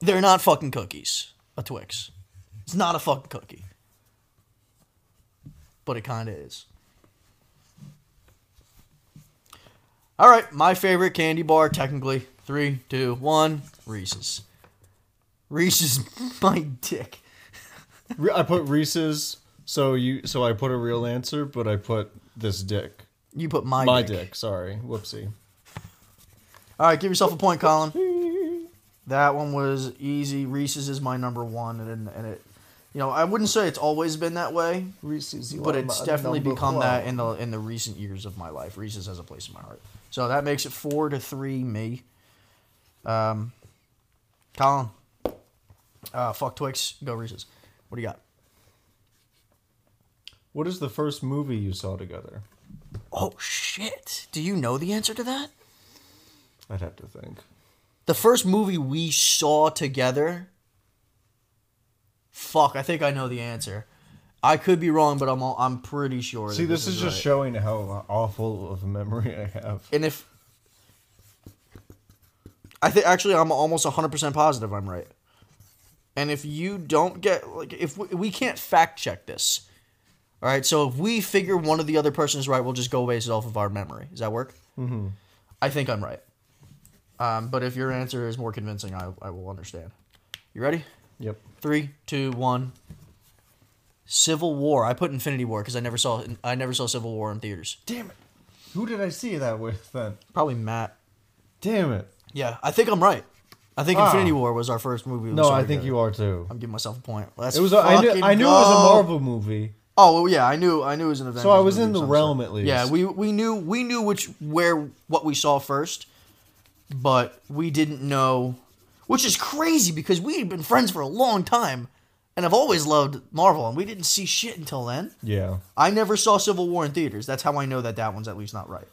they're not fucking cookies. A Twix. It's not a fucking cookie. But it kind of is. All right, my favorite candy bar, technically. Three, two, one. Reese's. Reese's, my dick.
Re- I put Reese's, so you, so I put a real answer, but I put this dick.
You put my,
My dick. Sorry. Whoopsie.
All right, give yourself a point, Colin. That one was easy. Reese's is my number one, and and it, you know, I wouldn't say it's always been that way,
Reese's.
but it's definitely become that in the in the recent years of my life. Reese's has a place in my heart, so that makes it four to three me. Um, Colin, uh, fuck Twix, go Reese's. What do you got?
What is the first movie you saw together?
Oh shit! Do you know the answer to that?
I'd have to think.
The first movie we saw together. Fuck, I think I know the answer. I could be wrong, but I'm all, I'm pretty sure. that
See, this, is, just
right.
showing how awful of a memory I have.
And if I think actually I'm almost 100% positive I'm right. And if you don't get like if we, we can't fact check this. All right, so if we figure one of the other person is right, we'll just go based off of our memory. Does that work? Mm-hmm. I think I'm right. Um, but if your answer is more convincing, I, I will understand. You ready?
Yep.
Three, two, one. Civil War. I put Infinity War because I never saw I never saw Civil War in theaters.
Damn it. Who did I see that with then?
Probably Matt.
Damn it.
Yeah, I think I'm right. I think
Ah.
Infinity War was our first movie. we
No,
saw
I think
together.
you are too.
I'm giving myself a point. Let's
It was. A, I knew.
fucking
I knew it was
go.
a Marvel movie.
Oh well, yeah, I knew. I knew it was an event.
I was in the realm, at least.
Yeah, we we knew we knew which where what we saw first, but we didn't know, which is crazy because we had been friends for a long time, and I've always loved Marvel, and we didn't see shit until then.
Yeah.
I never saw Civil War in theaters. That's how I know that that one's at least not right.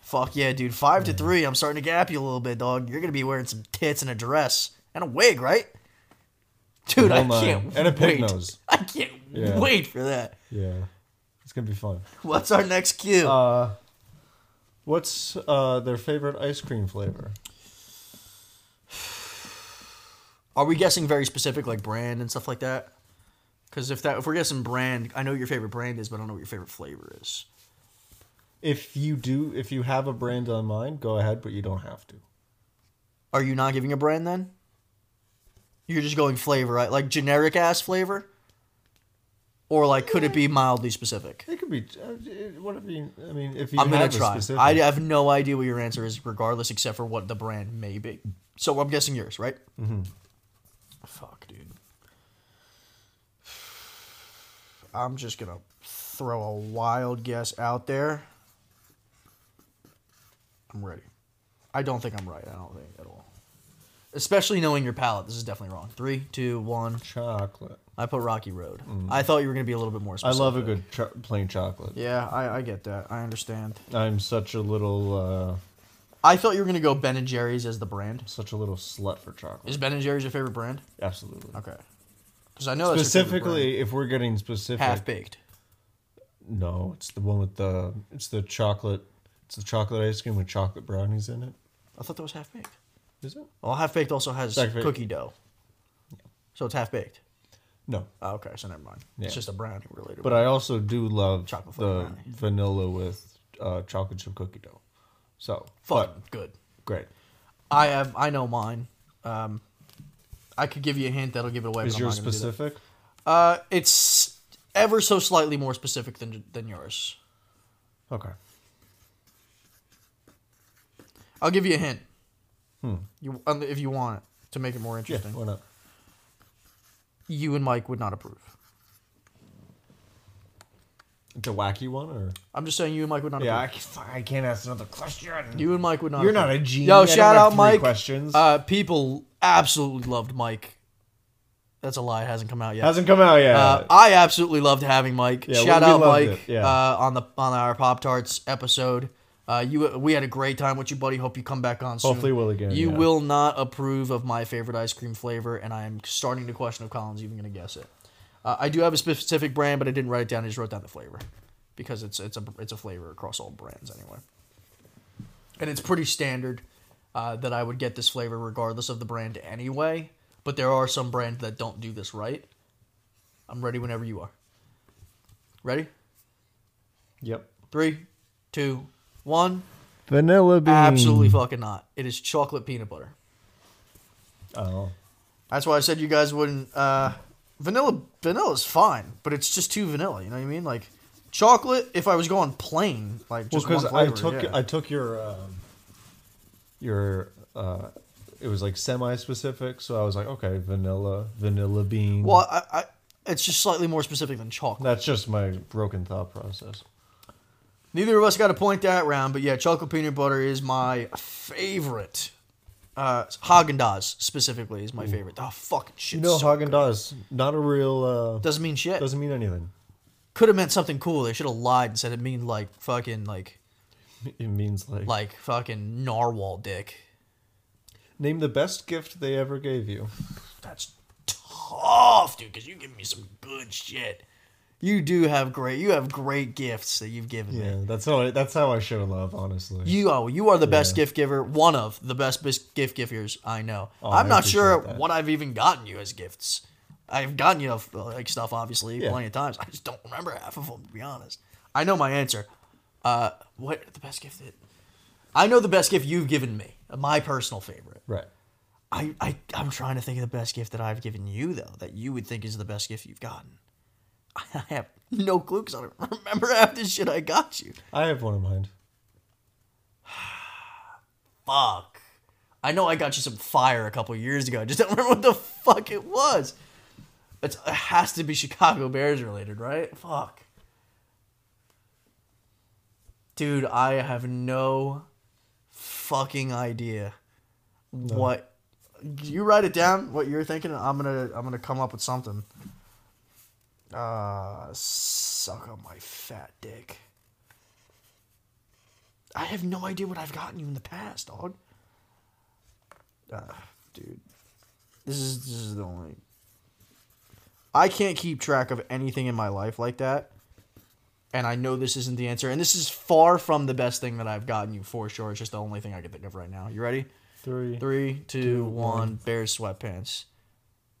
Fuck yeah, dude. Five to three. I'm starting to gap you a little bit, dog. You're gonna be wearing some tits and a dress and a wig, right? Dude, I
The whole nine.
can't
And a pig
wait.
nose.
I can't
Yeah.
wait for that.
Yeah. It's gonna be fun.
What's our next cue?
Uh, what's uh their favorite ice cream flavor?
Are we guessing very specific, like brand and stuff like that? Because if that if we're guessing brand, I know what your favorite brand is, but I don't know what your favorite flavor is.
If you do, if you have a brand on mind, go ahead, but you don't have to.
Are you not giving a brand then? You're just going flavor, right? Like generic ass flavor? Or like could it be mildly specific?
It could be uh, it- whatever you. I mean, if you
I'm gonna
have a
try.
specific,
I have no idea what your answer is, regardless, except for what the brand may be. So I'm guessing yours, right? Mm-hmm. Fuck, dude. I'm just gonna throw a wild guess out there. I'm ready. I don't think I'm right. I don't think at all. Especially knowing your palate, this is definitely wrong. Three, two, one.
chocolate.
I put Rocky Road. I thought you were gonna be a little bit more
Mm-hmm. I
specific.
love a good cho- plain chocolate.
Yeah, I, I get that. I understand.
I'm such a little, uh,
I thought you were gonna go Ben and Jerry's as the brand.
such a little slut for chocolate.
Is Ben and Jerry's your favorite brand?
Absolutely.
Okay, because I know that's your favorite brand.
Specifically, if we're getting specific,
half baked.
no, it's the one with the it's the chocolate, it's the chocolate ice cream with chocolate brownies in it.
I thought that was half baked.
Is it?
Well, half baked also has
Half-Baked.
cookie dough, so it's half baked.
No,
Oh, okay, so never mind.
Yeah.
It's just a brownie related.
but uh, I also do love
Chocolate
the
brownie.
vanilla with uh, chocolate chip cookie dough. So
fuck
but
good.
great.
I have. I know mine. Um, I could give you a hint that'll give it away.
Is
but
yours
I'm not gonna do that.
specific?
Uh, it's ever so slightly more specific than than yours.
Okay.
I'll give you a hint. You um, if you want it to make it more
Hmm. Yeah.
interesting.
Why not?
you and Mike would not approve.
The wacky one, or
I'm just saying you and Mike would not.
yeah,
Yeah,
I, can't- I can't ask another question.
you and Mike would not.
You're
approve.
not a genius.
Yo, shout out Mike.
Questions
Uh, people absolutely loved Mike. That's a lie. It hasn't come out yet.
hasn't come out yet.
Uh, I absolutely loved having Mike.
Yeah,
Shout
we- we
out
loved
Mike
it, yeah.
uh, on the on our Pop Tarts episode. Uh, you we had a great time with you, buddy. Hope you come back on soon.
Hopefully we'll again,
You
yeah.
will not approve of my favorite ice cream flavor, and I am starting to question if Colin's even going to guess it. Uh, I do have a specific brand, but I didn't write it down. I just wrote down the flavor because it's it's a it's a flavor across all brands anyway, and it's pretty standard uh, that I would get this flavor regardless of the brand anyway. But there are some brands that don't do this right. I'm ready whenever you are. Ready?
yep.
Three, two, one.
Vanilla bean.
Absolutely fucking not. It is chocolate peanut butter.
Oh.
That's why I said you guys wouldn't. Uh, vanilla, vanilla's fine, but it's just too vanilla. You know what I mean? Like chocolate. If I was going plain, like
Well,
just
because
one
I
flavor,
took
yeah.
I took your um, your uh, it was like semi-specific, so I was like, okay, vanilla, vanilla bean.
well, I, I, it's just slightly more specific than chocolate.
That's just my broken thought process.
Neither of us got a point that round, but yeah, chocolate peanut butter is my favorite. Uh, Haagen Dazs specifically is my favorite. Oh fucking shit!
You know,
so-
Hagen Dazs not a real uh,
doesn't mean shit.
doesn't mean anything.
Could have meant something cool. They should have lied and said it means like fucking like
It means like,
like fucking narwhal dick.
name the best gift they ever gave you.
That's tough, dude. Because you give me some good shit. You do have great. You have great gifts that you've given me.
Yeah, that's how I, that's how I show love, honestly.
You are you are the best gift giver, one of the best bis- gift givers I know.
Oh,
I'm
I
not sure
appreciate that.
what I've even gotten you as gifts. I've gotten you uh, like stuff obviously
Yeah.
plenty of times. I just don't remember half of them to be honest. I know my answer. Uh, what the best gift? That, I know the best gift you've given me. My personal favorite.
right.
I, I I'm trying to think of the best gift that I've given you though that you would think is the best gift you've gotten. I have no clue because I don't remember half the shit I got you.
I have one in mind.
fuck. I know I got you some fire a couple years ago. I just don't remember what the fuck it was. It's, it has to be Chicago Bears related, right? Fuck. Dude, I have no fucking idea what you write it down what you're thinking and I'm going to I'm going to come up with something. Uh suck on my fat dick. I have no idea what I've gotten you in the past, dog. Uh, dude, this is this is the only. I can't keep track of anything in my life like that, and I know this isn't the answer. And this is far from the best thing that I've gotten you for sure. It's just the only thing I can think of right now. You ready?
Three.
Three, two, one. Bears sweatpants.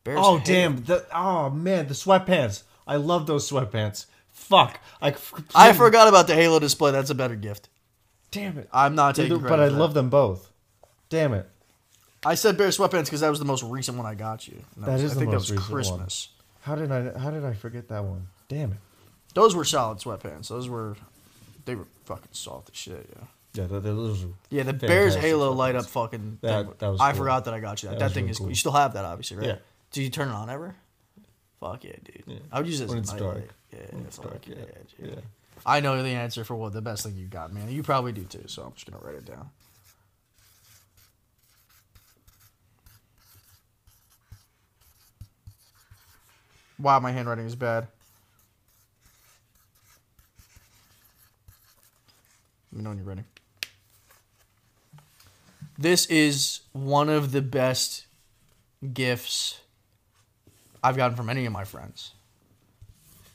Bears.
Oh
hate-
damn! The, oh man, the sweatpants. I love those sweatpants. Fuck. I. f-
I forgot about the Halo display. That's a better gift.
Damn it.
I'm not taking.
Either-
credit
but I
for that.
love them both. Damn it.
I said bear sweatpants because that was the most recent one I got you. And
That
was-
is
I
the
think
most
that was
recent one.
Christmas.
How did I? How did I forget that one? Damn it.
Those were solid sweatpants. Those were, they were fucking soft as shit. Yeah.
Yeah, that, that, those are
Yeah, the
fantastic
Bears Halo
sweatpants.
light up fucking.
That-
thing.
that was
I
cool.
forgot that I got you that.
That
That,
was
thing
really
is.
cool.
You still have that, obviously, right?
Yeah.
Do you turn it on ever? Fuck yeah, dude. I would use it
When
as
it's
a
dark.
nightlight. Yeah,
When
it's
it's dark,
like,
yeah,
yeah,
yeah.
yeah. I know the answer for what the best thing you got, man. You probably do too. So I'm just gonna write it down. Wow, my handwriting is bad. Let me know when you're ready. This is one of the best gifts I've gotten from any of my friends.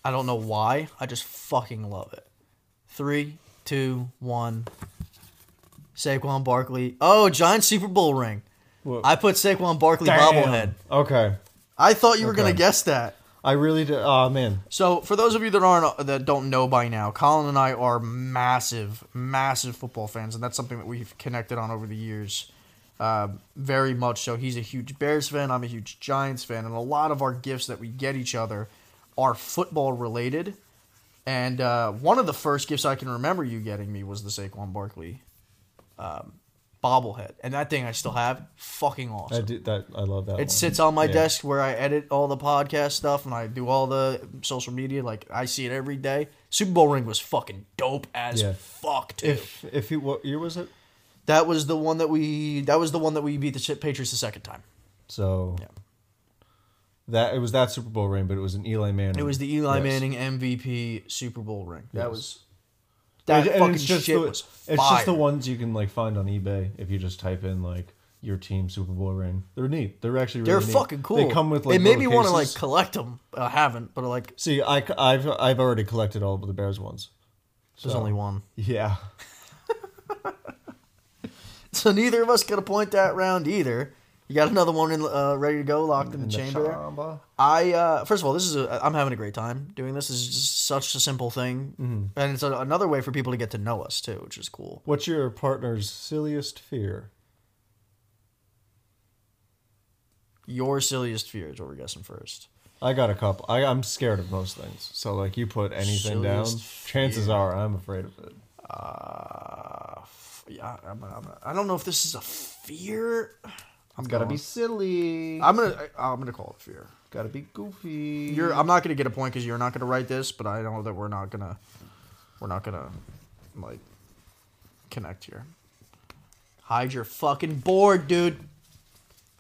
I don't know why. I just fucking love it. Three, two, one. Saquon Barkley. Oh, Giants Super Bowl ring.
Whoa.
I put Saquon Barkley
Damn.
bobblehead.
Okay.
I thought you were gonna
Okay.
guess that.
I really do. Oh man.
So, for those of you that aren't that don't know by now, Colin and I are massive, massive football fans, and that's something that we've connected on over the years, uh, very much. So, he's a huge Bears fan. I'm a huge Giants fan, and a lot of our gifts that we get each other are football related. And uh, one of the first gifts I can remember you getting me was the Saquon Barkley um, bobblehead, and that thing I still have. Fucking awesome.
I do that. I love that.
It sits on my
Oh, Yeah.
desk where I edit all the podcast stuff and I do all the social media. Like I see it every day. Super Bowl ring was fucking dope as
Yeah.
fuck too.
If if you what year was it?
that was the one that we that was the one that we beat the Ch- Patriots the second time.
So that it was that Super Bowl ring, but it was an Eli Manning.
It was the Eli
Yes.
Manning MVP Super Bowl ring. That
Yes.
was that
And- and
fucking
it's just
shit
the,
was fire.
It's just the ones you can like find on eBay if you just type in like your team Super Bowl ring. They're neat. They're actually really
They're
neat.
fucking cool.
They come with like
it made me
little
want to like
cases.
collect them. I haven't, but like
See, I have I've already collected all of the Bears ones.
there's
So-
only one.
Yeah.
So neither of us got a point that round either. You got another one in, uh, ready to go, locked in the
In the
chamber. there?
chamber.
I uh, first of all, this is a, I'm having a great time doing this. This is just such a simple thing,
Mm-hmm.
and it's a, another way for people to get to know us too, which is cool.
What's your partner's silliest fear?
Your silliest fear is what we're guessing first.
I got a couple. I, I'm scared of most things. So like, you put anything down,
Silliest
chances
fear.
are I'm afraid of it.
Uh, f- yeah, I'm, I'm, I don't know if this is a fear. I'm
Gotta
going-
be silly.
I'm gonna. I, I'm gonna call it fear.
Gotta be goofy.
You're. I'm not gonna get a point because you're not gonna write this, but I know that we're not gonna. We're not gonna, like, connect here. Hide your fucking board, dude.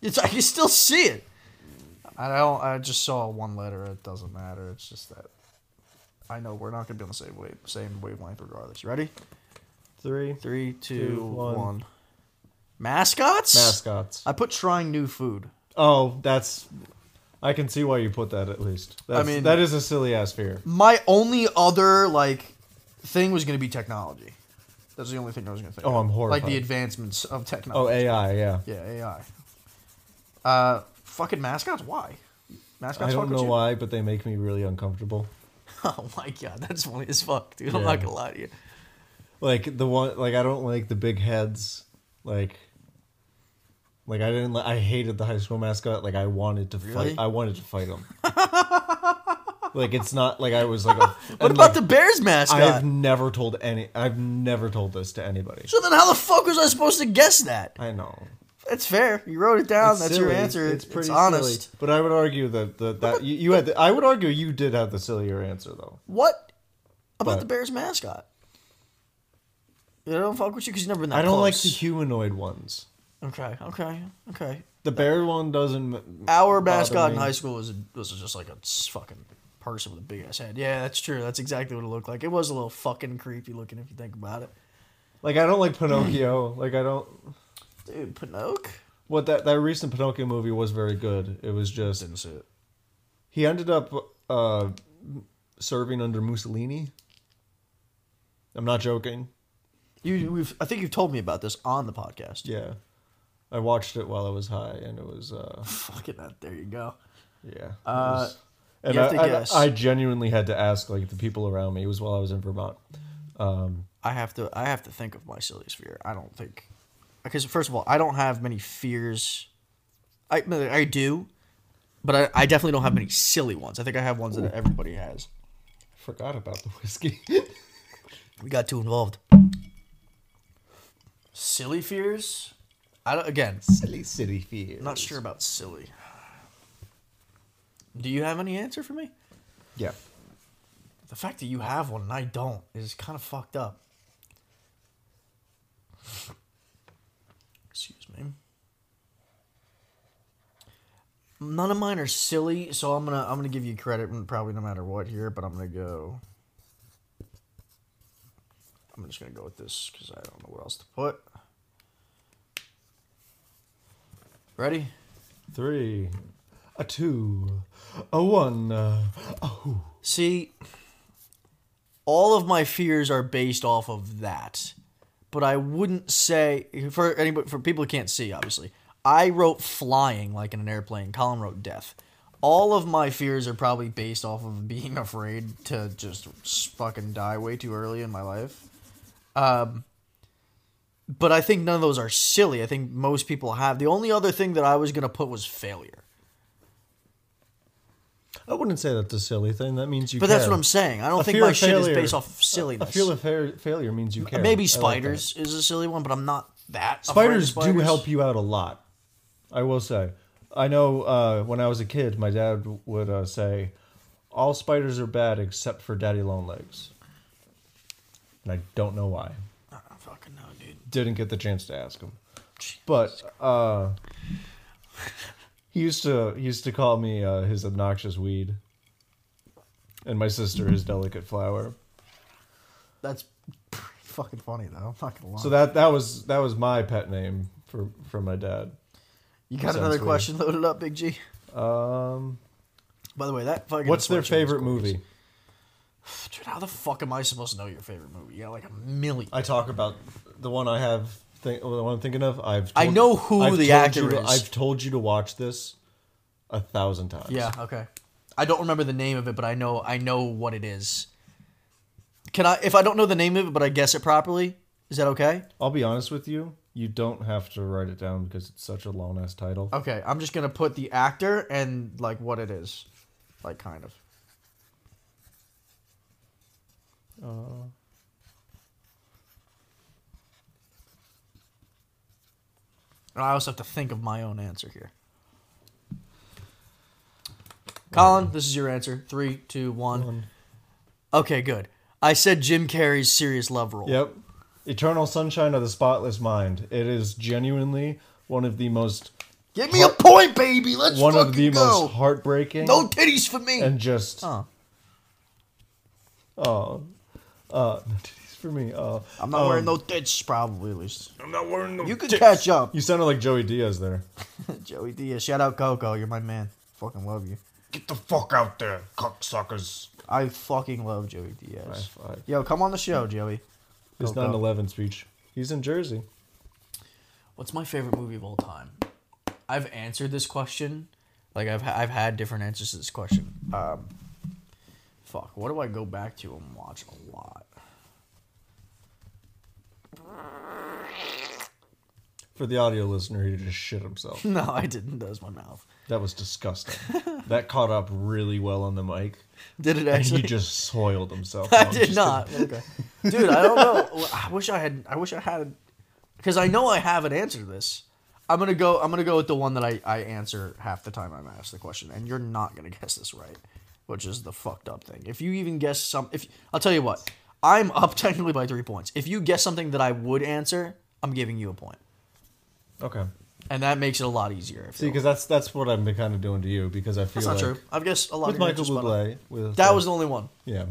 It's. I can still see it. I don't. I just saw one letter. It doesn't matter. It's just that. I know we're not gonna be on the same wave, same wavelength regardless. You ready?
three
Three, two, one.
Two, one.
Mascots.
mascots.
I put trying new food.
Oh, that's. I can see why you put that. At least. That's,
mean-
that is a silly ass fear.
My only other like thing was going to be technology. That's the only thing I was going to think.
Oh,
of.
I'm
Like the
horrified.
advancements of
Oh,
technology.
AI. Yeah.
yeah, AI. Uh, fucking mascots. Why? Mascots.
I
fuck
don't
with
know
you?
why, but they make me really uncomfortable.
Oh my god, that's funny as fuck, dude. I'm not
Yeah.
gonna lie to you.
Like the one. Like I don't like the big heads. Like. Like I didn't. li- I hated the high school mascot. Like I wanted to
Really?
fight. I wanted to fight him. like it's not like I was like. A,
What about the Bears mascot?
I've never told any. I've never told this to anybody.
so then, how the fuck was I supposed to guess that?
I know.
That's fair. You wrote it down. that's your
silly.
answer. It's pretty honest.
Silly. But I would argue that the, that you, you had. The, I would argue you did have the sillier answer though.
What about
What?
the Bears mascot? I don't fuck with you because you've never been that
I don't like the
close.
humanoid ones.
Okay, okay, okay.
The bear one doesn't. m-
Our
bother
mascot in
me.
high school was was just like a s- fucking person with a big ass head. Yeah, that's true. That's exactly what it looked like. It was a little fucking creepy looking if you think about it.
Like I don't like Pinocchio. like I don't.
Dude, Pinocchio.
What that that recent Pinocchio movie was very good. It was just
Didn't see it.
he ended up uh, serving under Mussolini. I'm not joking.
You, we've, I think you've told me about this on the podcast.
Yeah, I watched it while I was high, and it was. Uh,
Fucking that. There you go.
Yeah. it
Uh,
was- and
you have
I,
to
I-
guess.
I genuinely had to ask like the people around me. It was while I was in Vermont. Um,
I have to I have to think of my silliest fear. I don't think because first of all, I don't have many fears. I no, I do, but I, I definitely don't have many silly ones. I think I have ones that everybody has.
forgot about the whiskey.
We got too involved. Silly fears? I don't, again,
Silly city fears.
not sure about silly. Do you have any answer for me?
Yeah.
The fact that you have one and I don't is kind of fucked up. Excuse me. None of mine are silly, so I'm gonna I'm gonna give you credit and probably no matter what here, but I'm gonna go. I'm just gonna go with this because I don't know what else to put. Ready?
Three, a two, a one. Uh,
See, all of my fears are based off of that, but I wouldn't say for anybody for people who can't see. Obviously, I wrote flying like in an airplane. Colin wrote death. All of my fears are probably based off of being afraid to just s- fucking die way too early in my life. Um, but I think none of those are silly. I think most people have. The only other thing that I was gonna put was failure.
I wouldn't say that's a silly thing. That means you.
But that's what I'm saying. I don't
A
think
fear
my
of
shit is
failure.
based off of silliness.
I feel a fair, failure means you care. I
Maybe
like that.
spiders is a silly one, but I'm not that. afraid of
spiders, do help you out a lot. I will say. I know uh, when I was a kid, my dad would uh, say, "All spiders are bad except for daddy long legs," and I don't know why.
I don't fucking know, dude.
Didn't get the chance to ask him, but uh, he used to he used to call me uh, his obnoxious weed, and my sister his delicate flower.
That's pretty fucking funny though. I'm not gonna lie.
So that that was that was my pet name for for my dad.
you got
sounds
another
weird.
question loaded up, Big G.
Um,
By the way, that fucking.
what's their
sweatshirt is
favorite
gorgeous.
movie?
Dude, how the fuck am I supposed to know your favorite movie? You got like a million.
I talk about the one I have. Think, the one I'm thinking of. I've.
I know who the
told
actor
you to-
is.
I've told you to watch this a thousand times.
Yeah. Okay. I don't remember the name of it, but I know I know what it is. Can I? If I don't know the name of it, but I guess it properly, is that okay?
I'll be honest with you. You don't have to write it down because it's such a long ass title.
Okay. I'm just gonna put the actor and like what it is, like kind of. Uh. And I also have to think of my own answer here. Colin, this is your answer. Three, two, one.
One.
Okay, good. I said Jim Carrey's serious love role.
Yep. Eternal Sunshine of the Spotless Mind. It is genuinely one of the most
Give me a point, baby. Let's
one
fucking
of the
go.
most heartbreaking
no titties for me.
and just
oh,
uh no titties for me. Uh,
I'm not wearing no tits, probably at least.
I'm not wearing no
You could catch up.
You sounded like Joey Diaz there.
Joey Diaz, shout out Coco. You're my man. Fucking love you.
Get the fuck out there, cocksuckers.
I fucking love Joey
High
Diaz.
five.
Yo, come on the show, Joey.
His
Go, go.
9/11 speech. He's in Jersey.
What's my favorite movie of all time? I've answered this question. Like I've ha- I've had different answers to this question. Um, fuck. What do I go back to and watch a lot?
For the audio listener, he just shit himself.
No, I didn't. That was my mouth.
That was disgusting. that caught up really well on the mic.
Did it
And
actually?
he just soiled himself.
I
No, I'm
did
just
not. Okay. Dude, I don't know. I wish I had. I wish I had. Because I know I have an answer to this. I'm gonna go. I'm gonna go with the one that I, I answer half the time I'm asked the question, and you're not gonna guess this right, which is the fucked up thing. If you even guess some, if I'll tell you what, I'm up technically by three points. If you guess something that I would answer, I'm giving you a point,
kidding. Okay.
and that makes it a lot easier. If
See, because that's that's what I've been kind of doing to you. Because I feel
that's not
like
true. I've guessed a lot.
with
of your
Michael
answers, but
Bublé. With uh,
That was the only one.
yeah.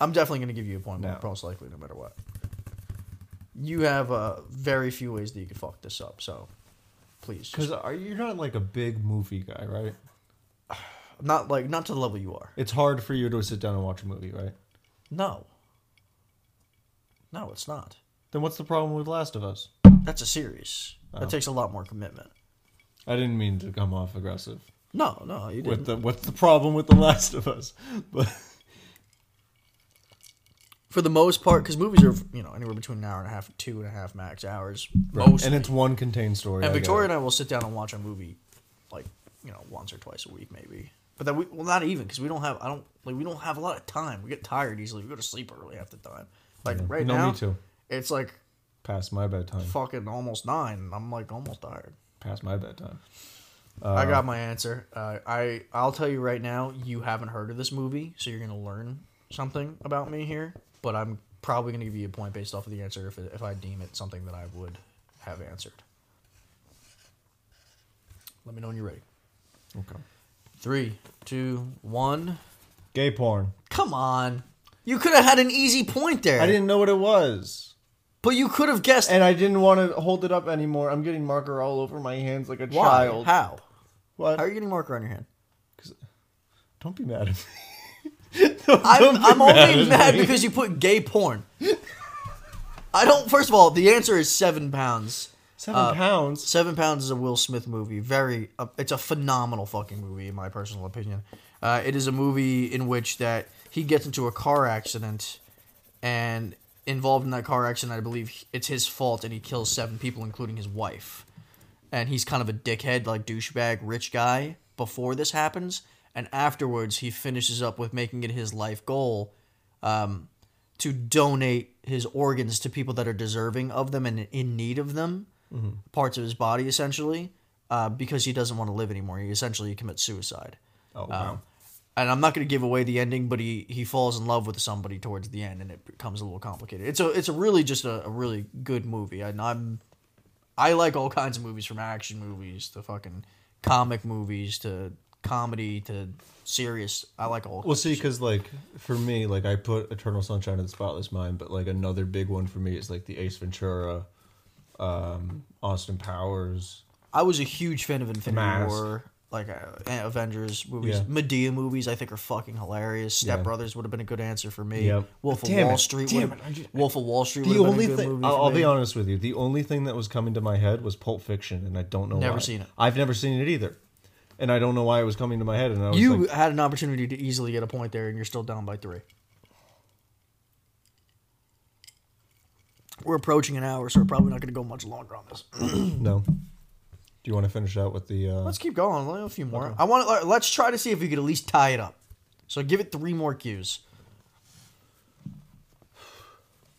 I'm definitely going to give you a point,
No.
most likely, no matter what. You have uh, very few ways that you could fuck this up, so please. just-
Because are you not like a big movie guy, right?
Not like not to the level you are.
It's hard for you to sit down and watch a movie, right?
No. No, it's not.
Then what's the problem with Last of Us?
That's a series.
Oh.
That takes a lot more commitment.
I didn't mean to come off aggressive.
No, no, you didn't.
With the what's the problem with the Last of Us? But
For the most part, because movies are you know anywhere between an hour and a half, two and a half max hours. Most
and it's one contained story. I
And
get it.
Victoria and I will sit down and watch a movie, like you know, once or twice a week, maybe. But then we well, not even because we don't have I don't like we don't have a lot of time. We get tired easily. We go to sleep early half the time. Like right
No, me
now,
too.
it's like
past my bedtime.
fucking almost nine. And I'm like almost tired.
Past my bedtime.
I got my answer. Uh, I I'll tell you right now. You haven't heard of this movie, so you're gonna learn something about me here. But I'm probably gonna give you a point based off of the answer if if I deem it something that I would have answered. Let me know when you're ready.
Okay.
Three, two, one.
Gay porn.
Come on. You could have had an easy point there.
I didn't know what it was.
But you could have guessed
and I didn't want to hold it up anymore. I'm getting marker all over my hands like a
why.
child.
How?
What?
How are you getting marker on your hand?
Don't be mad at me.
I'm, I'm only
at
mad
me.
because you put gay porn. I don't. First of all, the answer is seven pounds.
Seven pounds.
Seven Pounds is a Will Smith movie. Very, uh, it's a phenomenal fucking movie in my personal opinion. Uh, it is a movie in which that he gets into a car accident, and involved in that car accident, I believe he- it's his fault, and he kills seven people, including his wife. And he's kind of a dickhead, like douchebag, rich guy before this happens, and afterwards he finishes up with making it his life goal um, to donate his organs to people that are deserving of them and in need of them, parts of his body essentially, uh, because he doesn't want to live anymore. He essentially commits suicide.
Oh, wow.
And I'm not going to give away the ending, but he, he falls in love with somebody towards the end, and it becomes a little complicated. It's a it's a really just a, a really good movie, and I'm I like all kinds of movies from action movies to fucking comic movies to comedy to serious. I like all.
Well, see, because like for me, like I put Eternal Sunshine of the Spotless Mind, but like another big one for me is like the Ace Ventura, um, Austin Powers.
I was a huge fan of Infinity
Mask.
War, like uh, and Avengers movies,
Yeah.
Medea movies. I think are fucking hilarious. Step
Yeah.
Brothers would have been a good answer for me.
Yep.
Wolf of
Damn
Wall
it,
Street.
damn
would've-
it, I just-
Wolf of Wall Street.
The
would've been
only
a good
thing
movie
I'll,
for
I'll
me.
be honest with you, the only thing that was coming to my head was Pulp Fiction, and I don't know.
Never
why.
seen it.
I've never seen it either, and I don't know why it was coming to my head. And I was
You
like,
had an opportunity to easily get a point there, and you're still down by three. We're approaching an hour, so we're probably not going to go much longer on this.
no. Do you want to finish out with the? Uh,
Let's keep going. Let me have a few more. I want. to. Let's try to see if we could at least tie it up. So give it three more cues.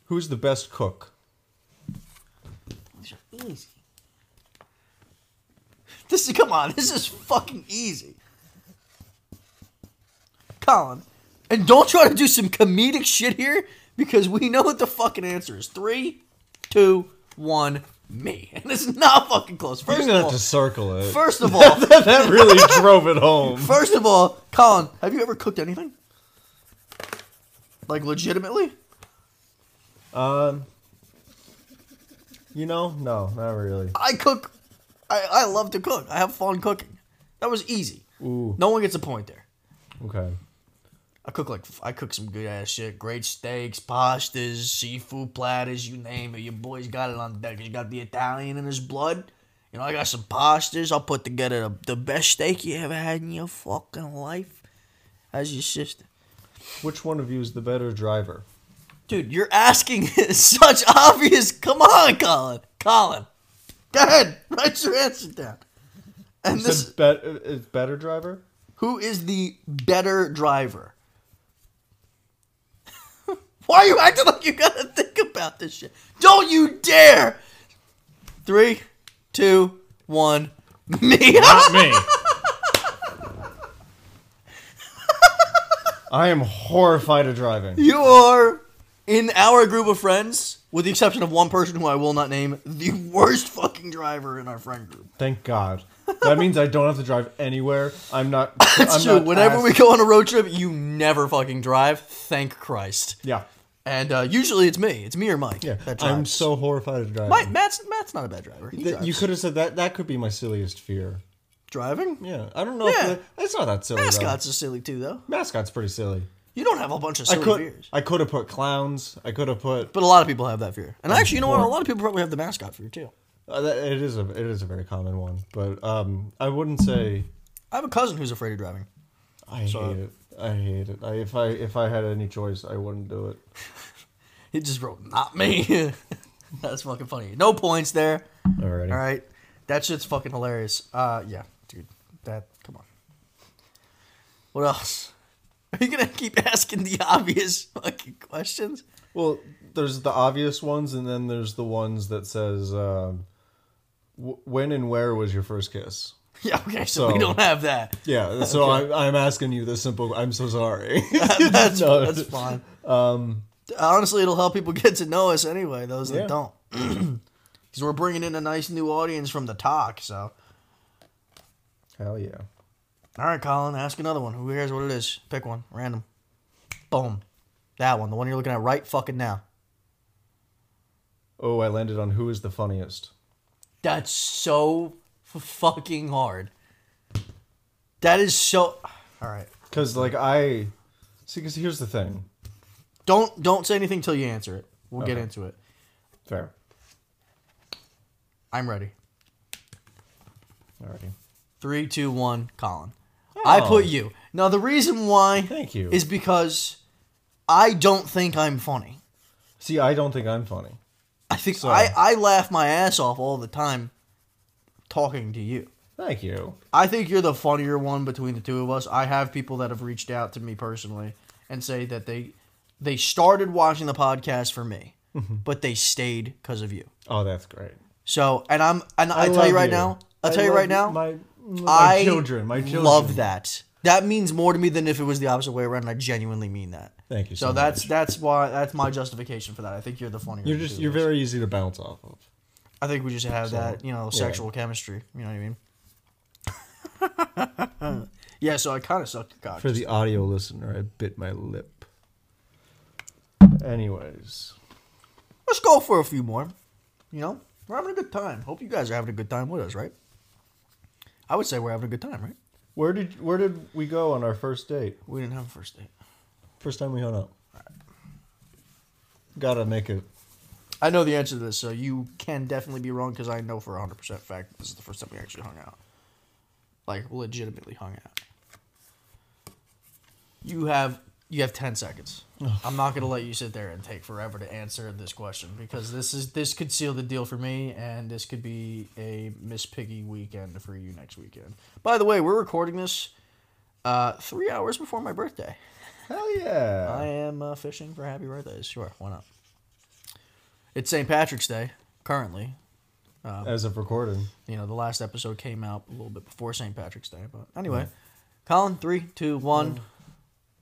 who's the best cook?
These are easy. This is come on. This is fucking easy. Colin, and don't try to do some comedic shit here because we know what the fucking answer is. Three, two, one, me. And it's not fucking close.
You're
First
gonna
of
have
all,
to circle it.
first of all,
that really drove it home.
first of all, Colin, have you ever cooked anything? Like legitimately?
Um, you know, no, not really.
I cook. I, I love to cook. I have fun cooking. That was easy.
Ooh.
No one gets a point there.
Okay.
I cook like I cook some good ass shit. Great steaks, pastas, seafood platters, you name it. Your boys got it on deck. He's got the Italian in his blood. You know, I got some pastas. I'll put together the, the best steak you ever had in your fucking life. As your sister.
Which one of you is the better driver?
Dude, you're asking such obvious. Come on, Colin. Colin. Go ahead. Write your answer down. And
You
this.
said bet- uh, is better driver?
Who is the better driver? Why are you acting like you gotta think about this shit? Don't you dare! Three, two, one, me.
me. I am horrified of driving.
you are in our group of friends, with the exception of one person who I will not name, the worst fucking driver in our friend group.
Thank God. That means I don't have to drive anywhere. I'm not.
That's
I'm
true.
not
Whenever we
asked-
go on a road trip, you never fucking drive. Thank Christ.
Yeah.
And uh, usually it's me. It's me or Mike.
Yeah.
that
I'm
drives.
so horrified of driving.
Mike, Matt's Matt's not a bad driver. He
That-
drives.
you could have said that. That could be my silliest fear.
driving.
Yeah. I don't know.
Yeah.
If that, it's not that silly. though.
Mascots are silly too, though.
Mascot's pretty silly.
You don't have a bunch of
I
silly
could.
fears,
I could have put clowns. I could have put.
but a lot of people have that fear. And actually, you know what? A
sure.
lot of people probably have the mascot fear too.
Uh, that, it is a it is a very common one, but um, I wouldn't say
I have a cousin who's afraid of driving.
I
So-
hate it. I hate it. I, if I if I had any choice, I wouldn't do it.
He just wrote, "Not me." That's fucking funny. No points there.
Alrighty.
All right, that shit's fucking hilarious. Uh, yeah, dude. That come on. What else? Are you gonna keep asking the obvious fucking questions?
Well, there's the obvious ones, and then there's the ones that says um, w- when and where was your first kiss.
Yeah. Okay. So, we
So-
don't have that.
Yeah, so I, I'm asking you the simple. I'm so sorry.
that's
No. Um,
that's fine. Honestly, it'll help people get to know us anyway. Those
Yeah.
that don't, because we're bringing in a nice new audience from the talk. So,
Hell yeah.
all right, Colin, ask another one. Who cares what it is? Pick one, random. Boom, that one, the one you're looking at right fucking now.
Oh, I landed on who is the funniest.
That's so f- fucking hard. That is so. All right,
Because like I see. Because here's the thing.
don't don't say anything till you answer it. We'll get
Okay.
into it.
Fair.
I'm ready.
Alrighty.
Three, two, one, Colin. I put you. Now the reason why
Oh. Thank you.
is because I don't think I'm funny.
See, I don't think I'm funny.
I think
So-
I, I laugh my ass off all the time talking to you.
Thank you.
I think you're the funnier one between the two of us. I have people that have reached out to me personally and say that they They started watching the podcast for me,
Mm-hmm.
but they stayed because of you.
Oh, that's great.
So, and I'm, and I, tell
love
you right now, I'll
I
tell you
love
right now,
my, my
I
children, my children.
love that. That means more to me than if it was the opposite way around. and I genuinely mean that.
Thank you
So,
so
that's that's why that's my justification for that. I think you're the funnier.
You're
of the
just
two
you're
of us.
very easy to bounce off of.
I think we just have that you know sexual chemistry. You know what I mean? yeah. So I kind of sucked your cock.
For the audio listener, I bit my lip. Anyways,
Let's go for a few more. You know, we're having a good time. Hope you guys are having a good time with us, right? I would say we're having a good time, right?
where did where did we go on our first date?
We didn't have a first date.
First time we hung out. Gotta make it.
I know the answer to this, so you can definitely be wrong because I know for 100% fact that this is the first time we actually hung out. Like, legitimately hung out. You have you have 10 seconds. I'm not going to let you sit there and take forever to answer this question because this is this could seal the deal for me and this could be a Miss Piggy weekend for you next weekend. By the way, we're recording this uh, 3 hours before my birthday.
Hell yeah!
I am uh, fishing for happy birthdays. Sure, why not? It's St. Patrick's Day currently. um,
As of recording,
You know, the last episode came out a little bit before St. Patrick's Day, but anyway, Colin, three, two, one.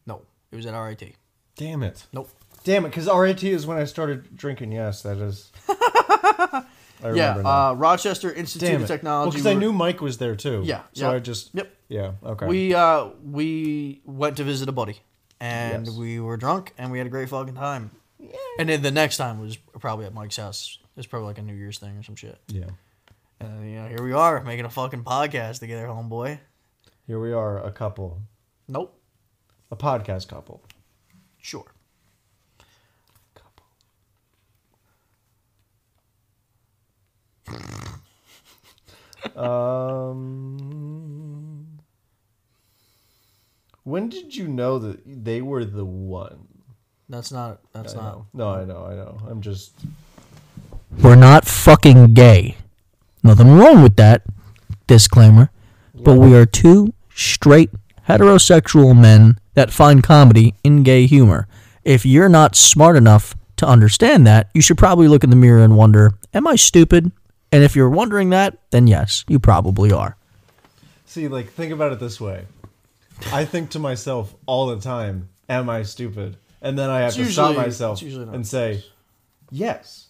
No, it was at RIT.
damn it,
Nope.
damn it, because RAT is when I started drinking. Yes, that is. I remember
Yeah,
now.
uh, Rochester Institute
damn
of
it.
Technology.
because I
we were-
knew Mike was there too.
Yeah,
So
yeah.
I just.
Yep.
Yeah. Okay.
We uh, we went to visit a buddy, and
Yes.
we were drunk, and we had a great fucking time. And then the next time was probably at Mike's house. It's probably like a New Year's thing or some shit.
Yeah.
And then, you know, here we are making a fucking podcast together, homeboy.
Here we are, a couple,
Nope.
a podcast couple.
Sure.
Couple. um. When did you know that they were the one?
That's not. That's
I
not.
know. No, I know, I know. I'm just.
We're not fucking gay. Nothing wrong with that. Disclaimer. But we are two straight heterosexual men that find comedy in gay humor. If you're not smart enough to understand that, you should probably look in the mirror and wonder, am I stupid? And if you're wondering that, then yes, you probably are.
See, like, think about it this way. I think to myself all the time, "Am I stupid?" And then I have
It's
to
usually-
stop myself
it's usually not.
and say, "Yes,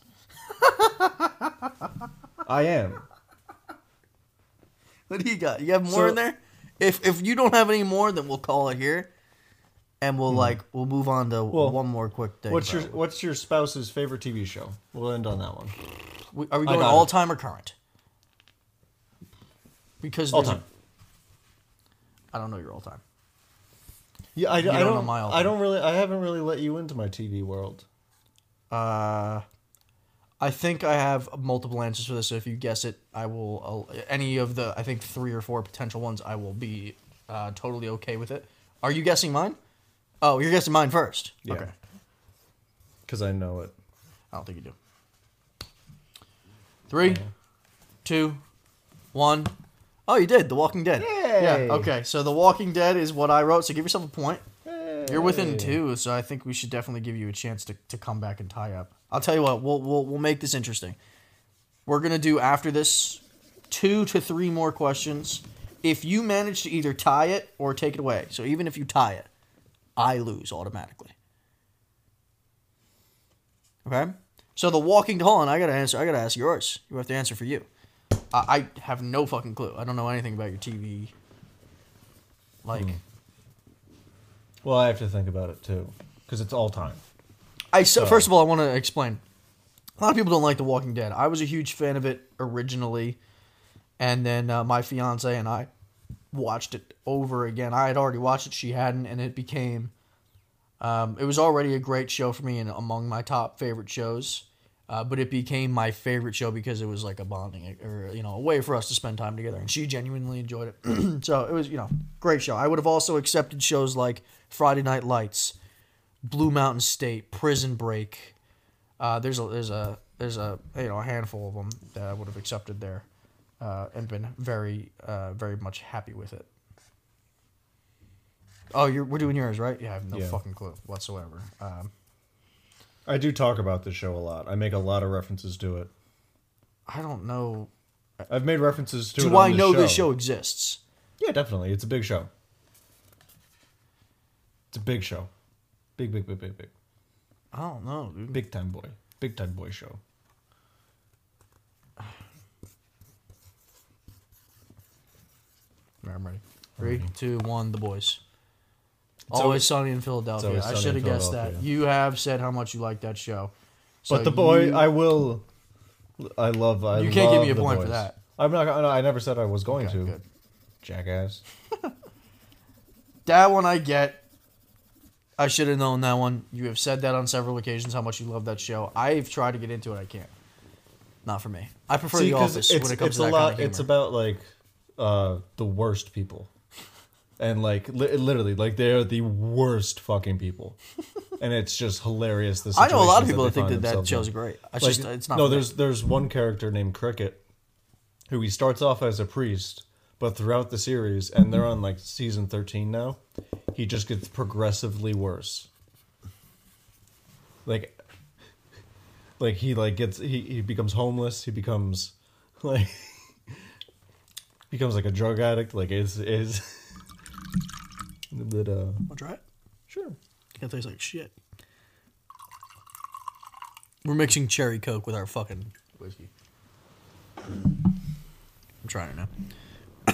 I am."
What do you got? You have more
So-
in there? If if you don't have any more, then we'll call it here. And we'll like we'll move on to one more quick thing.
Hmm. What's your
about it.
What's your spouse's favorite TV show? We'll end on that one.
We- Are we
I
going
got
all
it.
time or current? Because
All
there's-
time.
I don't know your all time.
Yeah, I, I
don't
don't.
know
I
my all
don't,
time.
really. I haven't really let you into my TV world.
Uh, I think I have multiple answers for this. So if you guess it, I will. I'll, any of the I think three or four potential ones, I will be uh, totally okay with it. Are you guessing mine? Oh, you're guessing mine first. Okay.
Because I know it.
I don't think you do. Three, two, one. Oh, you did. The Walking Dead.
Yay.
Yeah. Okay. So The Walking Dead is what I wrote. So give yourself a point. You're within
Hey.
two, so I think we should definitely give you a chance to, to come back and tie up. I'll tell you what. We'll we'll we'll make this interesting. We're gonna do after this two to three more questions. If you manage to either tie it or take it away, so even if you tie it, I lose automatically. Okay. So the walking hold on, I gotta answer. I gotta ask yours. You have to answer for you. I, I have no fucking clue. I don't know anything about your TV. Like
Well, I have to think about it too, because it's all time.
I so, first of all, I want to explain. A lot of people don't like The Walking Dead. I was a huge fan of it originally, and then uh, my fiance and I watched it over again. I had already watched it; she hadn't, and it became. Um, it was already a great show for me and among my top favorite shows, uh, but it became my favorite show because it was like a bonding or you know a way for us to spend time together, and she genuinely enjoyed it. so it was you know great show. I would have also accepted shows like Friday Night Lights. Blue Mountain State, Prison Break. Uh, there's a there's a there's a you know a handful of them that I would have accepted there, uh, and been very uh, very much happy with it. Oh, you're, we're doing yours, right? Yeah, I have no
Yeah.
fucking clue whatsoever. Um,
I do talk about this show a lot. I make a lot of references to it.
I don't know.
I've made references to it.
Do
on
I know this show exists?
Yeah, definitely. It's a big show. It's a big show. Big, big, big, big, big.
I don't know, dude.
Big time boy. Big time boy show.
All right, I'm ready. Three, two, one. The boys.
It's
always,
always-
sunny in Philadelphia.
always
I
sunny
should have
in
guessed that.
Philadelphia.
You have said how much you like that show. So
but the boy,
you-
I will. I love. I
You can't give
love
me a
The
point for
Boys.
that.
I'm not. gonna- I never said I was going
Okay,
to.
good.
Jackass.
That one I get. I should have known that one. You have said that on several occasions how much you love that show. I've tried to get into it. I can't. Not for me. I prefer The Office
it's,
when it comes
it's
to
a
that
lot.
kind of
it's
humor.
about like uh, the worst people, and like li- literally, like they are the worst fucking people, and it's just hilarious. This
I know a lot of people that think that that show's great. I
Like,
just it's not.
No,
for me.
there's there's one character named Cricket, who he starts off as a priest, but throughout the series, and they're on like season thirteen now, he just gets progressively worse. Like, like he like gets he he becomes homeless. He becomes like becomes like a drug addict. Like is is. But uh,
I'll try it.
sure.
It tastes like shit. We're mixing cherry coke with our fucking whiskey. I'm trying it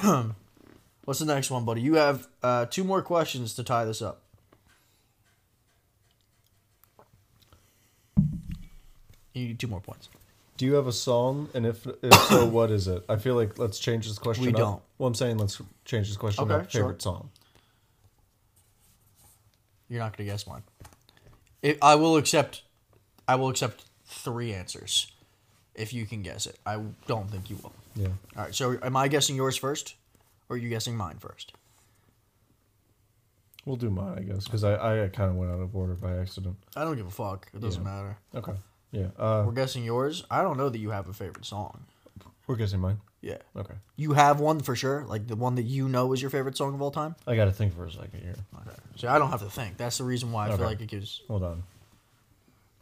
now. What's the next one, buddy? You have uh, two more questions to tie this up. You need two more points.
Do you have a song? And if if so, what is it? I feel like let's change this question.
We
up.
don't.
Well, I'm saying let's change this question.
Okay,
up.
sure.
Favorite song.
You're not gonna guess mine. If I will accept, I will accept three answers if you can guess it. I don't think you will.
Yeah.
All right. So am I guessing yours first, or are you guessing mine first?
We'll do mine, I guess, because I, I kind of went out of order by accident.
I don't give a fuck. It doesn't
Yeah.
matter.
Okay. Yeah. Uh,
We're guessing yours. I don't know that you have a favorite song.
we're guessing mine.
Yeah.
Okay.
You have one for sure, like the one that you know is your favorite song of all time.
I got to think for a second here.
Okay. So I don't have to think. That's the reason why I
Okay.
feel like it gives.
Hold on.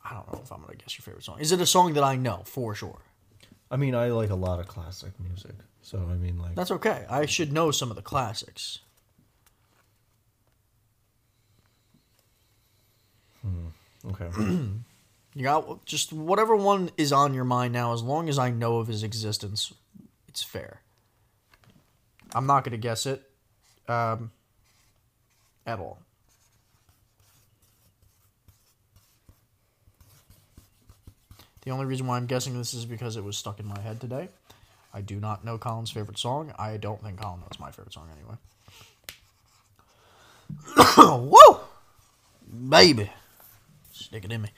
I don't know if I'm gonna guess your favorite song. Is it a song that I know for sure?
I mean, I like a lot of classic music, so I mean, like,
That's okay. I should know some of the classics.
okay.
You got just whatever one is on your mind now, as long as I know of his existence, it's fair. I'm not going to guess it um, at all. The only reason why I'm guessing this is because it was stuck in my head today. I do not know Colin's favorite song. I don't think Colin knows my favorite song anyway. Woo! Baby. Stick it in me.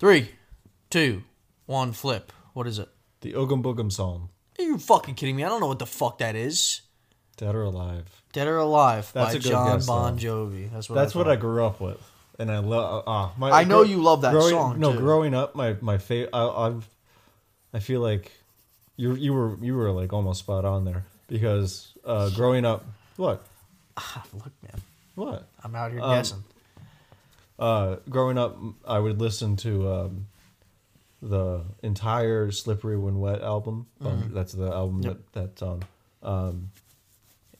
Three, two, one, flip. What is it?
the Oogum Boogum song,
Are you fucking kidding me? I don't know what the fuck that is.
Dead or Alive.
Dead or Alive
That's
by
a good
John
guess, though.
Bon Jovi. That's what.
That's
I
what
thought.
I grew up with, and I love. Uh, my
I know you love that
growing-
song,
No,
too.
growing up, my my favorite. I've I feel like you you were you were like almost spot on there because uh, growing up, what
Ah, Look, man,
what
I'm out here
Um,
guessing.
uh, growing up, I would listen to um, the entire "Slippery When Wet" album. Um, that's the album
Mm-hmm. Yep.
that that's on. Um,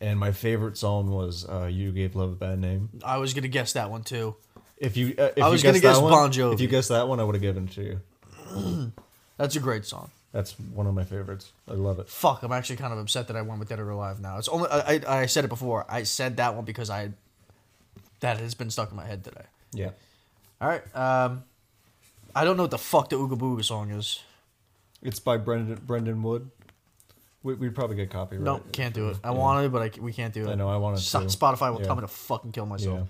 and my favorite song was uh, "You Gave Love a Bad Name."
I was gonna guess that one too.
If you, uh, if
I
you
was gonna
guessed that
guess
one-
Bon Jovi.
If you guessed that one, I would have given it to you.
That's a great song.
That's one of my favorites. I love it.
Fuck, I'm actually kind of upset that I went with Dead or Alive now. It's only I, I, I said it before. I said that one because I that has been stuck in my head today.
Yeah.
All right, um, I don't know what the fuck the Ooga Booga song is.
It's by Brendan Brendan Wood. We, we'd probably get copyright.
No, can't do it. I
Yeah.
wanted, but I, c- we can't do it.
I know, I wanted
Stop-
to.
Spotify will
Yeah.
tell me to fucking kill
Yeah.
myself.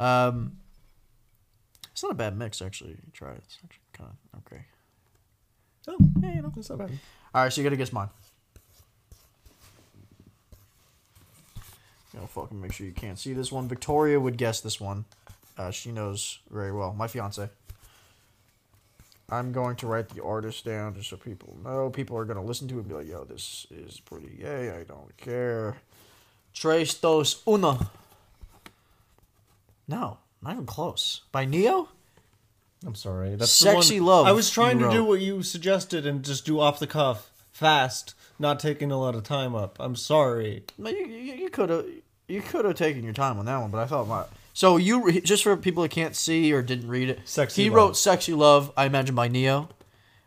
Um, it's not a bad mix, actually. Try it. It's actually kind of okay.
Oh,
Yeah, you know.
that's not bad.
All right, so you gotta guess mine. You know, fucking make sure you can't see this one. Victoria would guess this one. Uh, she knows very well. My fiance. I'm going to write the artist down just so people know. People are gonna listen to it and be like, "Yo, this is pretty gay." I don't care. Tres dos uno. No, not even close. By Neo?
I'm sorry. That's
Sexy
the one.
Love
I was trying
you
to do
wrote.
what you suggested and just do off the cuff, fast, not taking a lot of time up. I'm sorry.
No, you you could have you could have taken your time on that one, but I thought my so you re- just for people that can't see or didn't read it,
Sexy
He
Love.
wrote "Sexy Love," I imagine by Neo.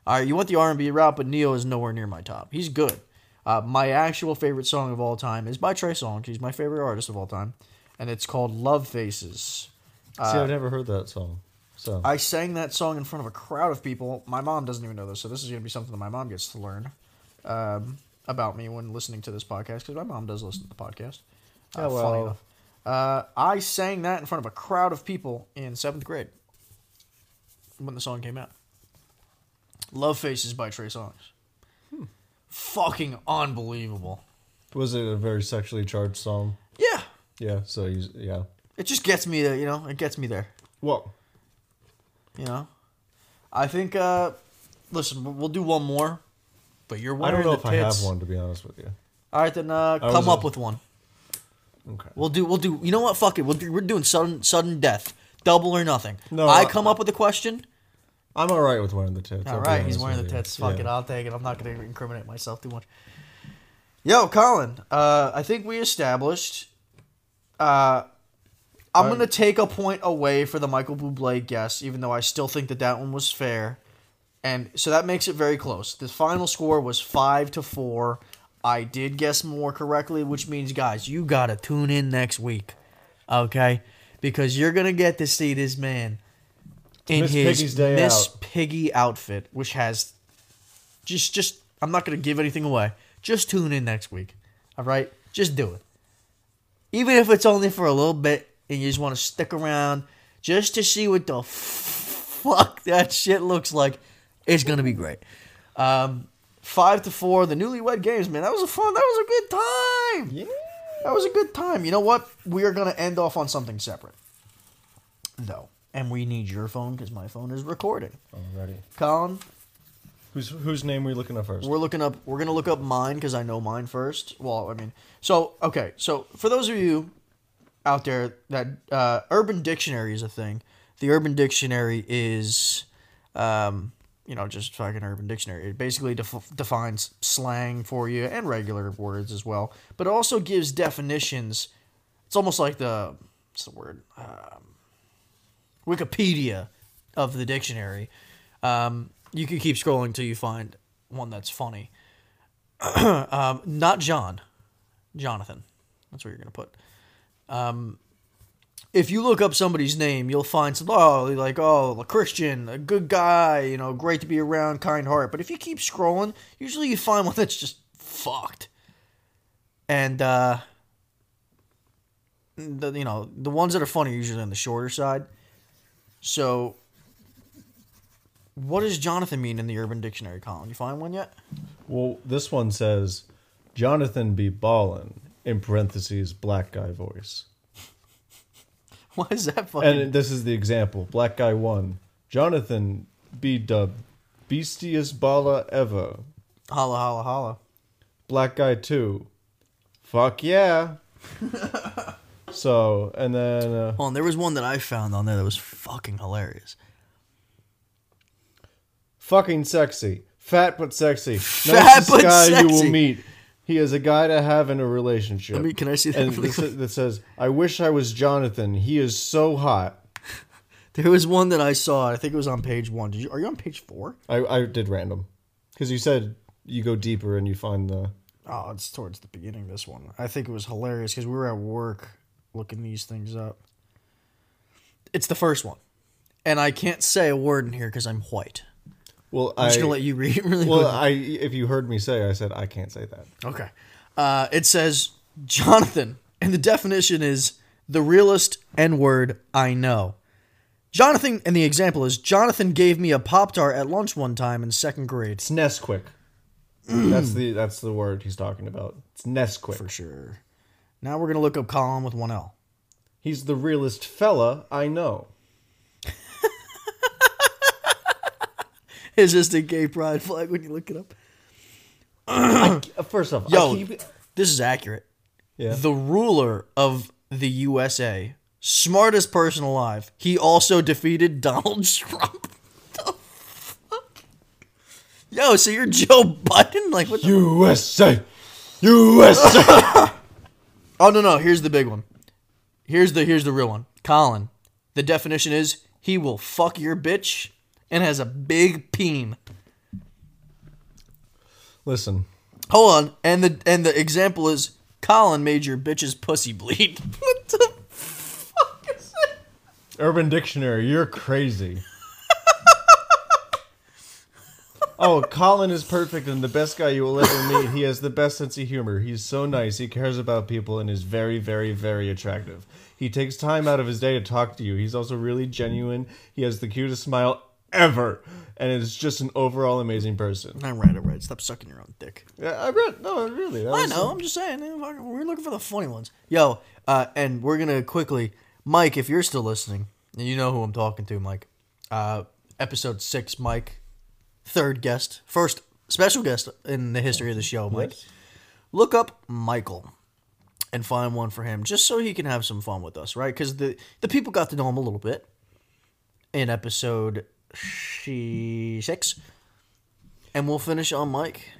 All right, you went the R and B route, but Neo is nowhere near my top. He's good. Uh, my actual favorite song of all time is by Trey Songz. He's my favorite artist of all time, and it's called "Love Faces."
See, I've never heard that song. So
Uh, I sang that song in front of a crowd of people. My mom doesn't even know this, so this is going to be something that my mom gets to learn um, about me when listening to this podcast because my mom does listen to the podcast. Uh,
Oh,
Funny
well.
enough, uh, I sang that in front of a crowd of people in seventh grade when the song came out. "Love Faces" by Trey Songz.
Hmm.
Fucking unbelievable.
was it a very sexually charged song?
Yeah,
Yeah. So you, yeah.
it just gets me there. You know, it gets me there.
Well,
You know, I think. Uh, listen, we'll- we'll do one more. But you're
I
wearing
don't know
the
if I have
tits.
one to be honest with you.
All right, then uh,
I
come
was
up
a-
with one.
Okay.
We'll do. We'll do. You know what? Fuck it. We'll do, we're doing sudden sudden death, double or nothing.
No,
I
I-
come up with a question.
I'm all right with wearing the tits.
All right, he's wearing the tits. Fuck it, I'll take it. I'm not going to incriminate myself too much. Yo, Colin. Uh, I think we established. Uh, I'm
Alright.
going to take a point away for the Michael Bublé guess, even though I still think that that one was fair, and so that makes it very close. The final score was five to four. I did guess more correctly, which means, guys, you got to tune in next week, okay? Because you're going to get to see this man in
Miss
his
Piggy's Day
Miss
Out.
Piggy outfit, which has just just I'm not gonna give anything away. Just tune in next week. All right, just do it. Even if it's only for a little bit, and you just want to stick around just to see what the f- fuck that shit looks like, it's gonna be great. Um, five to four, the newlywed games, man. That was a fun. That was a good time. That was a good time. You know what? We are going to end off on something separate. No. And we need your phone because my phone is recording.
Alrighty.
Colin,
Whose whose name were you looking at first?
we're looking up. We're gonna look up mine because I know mine first. Well, I mean, so okay. So for those of you out there, that uh, Urban Dictionary is a thing. The Urban Dictionary is, um, you know, just fucking Urban Dictionary. It basically def- defines slang for you and regular words as well, but it also gives definitions. It's almost like the what's the word? Wikipedia of the dictionary. Um, you can keep scrolling till you find one that's funny. um, not John, Jonathan. That's what you're gonna put. Um, if you look up somebody's name, you'll find some oh like oh a Christian, a good guy, you know, great to be around, kind heart. But if you keep scrolling, usually you find one that's just fucked. And uh, the you know the ones that are funny are usually on the shorter side. So, what does Jonathan mean in the Urban Dictionary column? You find one yet?
Well, this one says, Jonathan B. Ballin, in parentheses, black guy voice.
Why is that fucking?
And this is the example black guy one. Jonathan B. Dub, beastiest bala ever.
holla holla holla.
Black guy two. Fuck yeah. so, and then uh,
Hold on, there was one that I found on there that was fucking hilarious.
fucking sexy. Fat but sexy.
Fat but
guy you
sexy.
will meet. He is a guy to have in a relationship.
Let me- can I see that
And
really
this,
quick?
that says, I wish I was Jonathan. He is so hot.
There was one that I saw. I think it was on page one. Did you? Are you on page four?
I, I did random because you said you go deeper and you find the
Oh, it's towards the beginning. of This one. I think it was hilarious because we were at work looking these things up. It's the first one, and I can't say a word in here because I'm white.
well.
I'm
I
just gonna let you read really
well.
quick.
I if you heard me say, I said I can't say that.
Okay. Uh, it says Jonathan, and the definition is the realest N word I know. Jonathan, and the example is Jonathan gave me a Pop Tart at lunch one time in second grade.
It's Nesquik. that's the that's the word he's talking about. It's Nesquik.
For sure. Now we're going to look up Colin with one L.
He's the realest fella I know.
Is this the gay pride flag when you look it up?
Uh, First off, I
Yo,
keep-
this is accurate.
yeah.
The ruler of the USA smartest person alive. He also defeated Donald Trump. The fuck? Yo, so you're Joe Biden? Like what? The-
USA, USA.
oh no, no. Here's the big one. Here's the here's the real one. Colin. The definition is he will fuck your bitch and has a big peen.
Listen,
Hold on, and the and the example is Colin made your bitch's pussy bleed. what the fuck is that?
Urban Dictionary, you're crazy. oh, Colin is perfect and the best guy you will ever meet. He has the best sense of humor. He's so nice. He cares about people and is very, very, very attractive. He takes time out of his day to talk to you. He's also really genuine. He has the cutest smile ever, and is just an overall amazing person.
I'm right, I'm right. Stop sucking your own dick.
Yeah, I read. No, really. That
I
was-
know. I'm just saying. eh, fuck, We're looking for the funny ones. Yo, uh, and we're gonna quickly, Mike, if you're still listening, and you know who I'm talking to, Mike. Uh, episode six, Mike, third guest, first special guest in the history of the show, Mike. Look up Michael and find one for him, just so he can have some fun with us, right? Because the the people got to know him a little bit in episode she six, and we'll finish on Mike.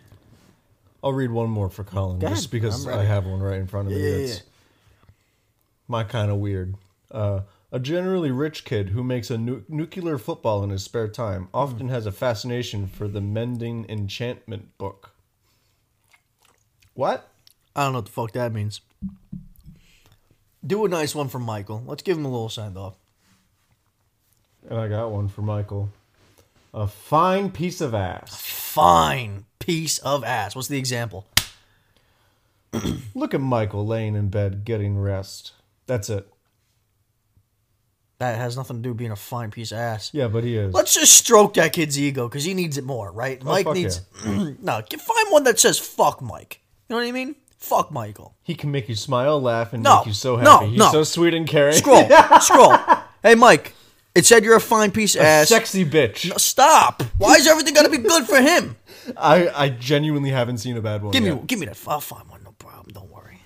I'll read one more for Colin
Go
just
ahead.
because
I'm
I
ready.
have one right in front of me.
Yeah, yeah,
that's
yeah.
my kind of weird. Uh, a generally rich kid who makes a nu- nuclear football in his spare time often has a fascination for the Mending Enchantment book. What?
I don't know what the fuck that means. Do a nice one for Michael. Let's give him a little send off.
And I got one for Michael. A fine piece of ass.
Fine piece of ass. What's the example?
Look at Michael laying in bed getting rest. That's it.
That has nothing to do with being a fine piece of ass.
Yeah, but he is.
Let's just stroke that kid's ego because he needs it more, right? Mike
fuck
needs. no, get- find one that says fuck Mike. You know what I mean? Fuck Michael.
He can make you smile, laugh, and
No,
make you so
no,
happy. He's
no.
so sweet and caring.
Scroll, scroll. Hey, Mike. It said you're a fine piece of ass.
Sexy bitch.
Stop. Why is everything gonna be good for him?
I, I genuinely haven't seen a bad one.
Give me,
yet.
give me that. I'll find one. No problem. Don't worry.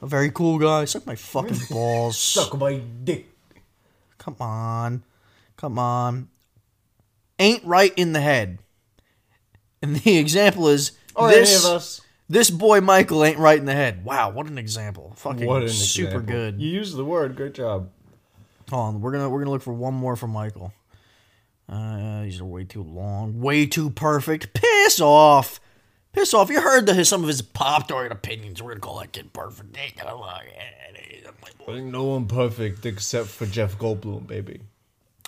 A very cool guy. Suck my fucking balls.
my dick.
Come on. Come on. Ain't right in the head. And the example is
Or
this,
any of us.
this boy Michael ain't right in the head. Wow, what an example. Fucking
What an
super
example.
good.
You used the word. Great job.
Hold on, we're gonna we're gonna look for one more for Michael. Uh, these are way too long, way too perfect. Piss off, piss off. You heard the, some of his pop target opinions. We're gonna call that kid perfect. Hey, get along.
Ain't no one perfect except for Jeff Goldblum, baby.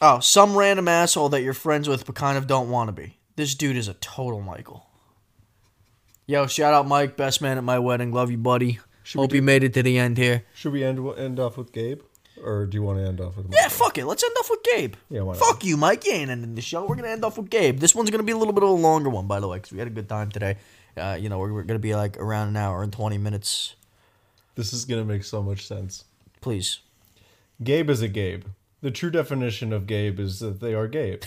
Oh, some random asshole that you're friends with but kind of don't want to be. This dude is a total Michael. Yo, shout out Mike, best man at my wedding. Love you, buddy. Hope you made it to the end here.
Should we end end off with Gabe, or do you want to end off with?
Yeah, fuck it. Let's end off with Gabe.
Yeah, why not?
fuck you, Mike. You ain't ending the show. We're gonna end off with Gabe. This one's gonna be a little bit of a longer one, by the way, because we had a good time today. Uh, you know, we're, we're gonna be like around an hour and twenty minutes.
This is gonna make so much sense.
Please.
Gabe is a Gabe. The true definition of Gabe is that they are Gabe,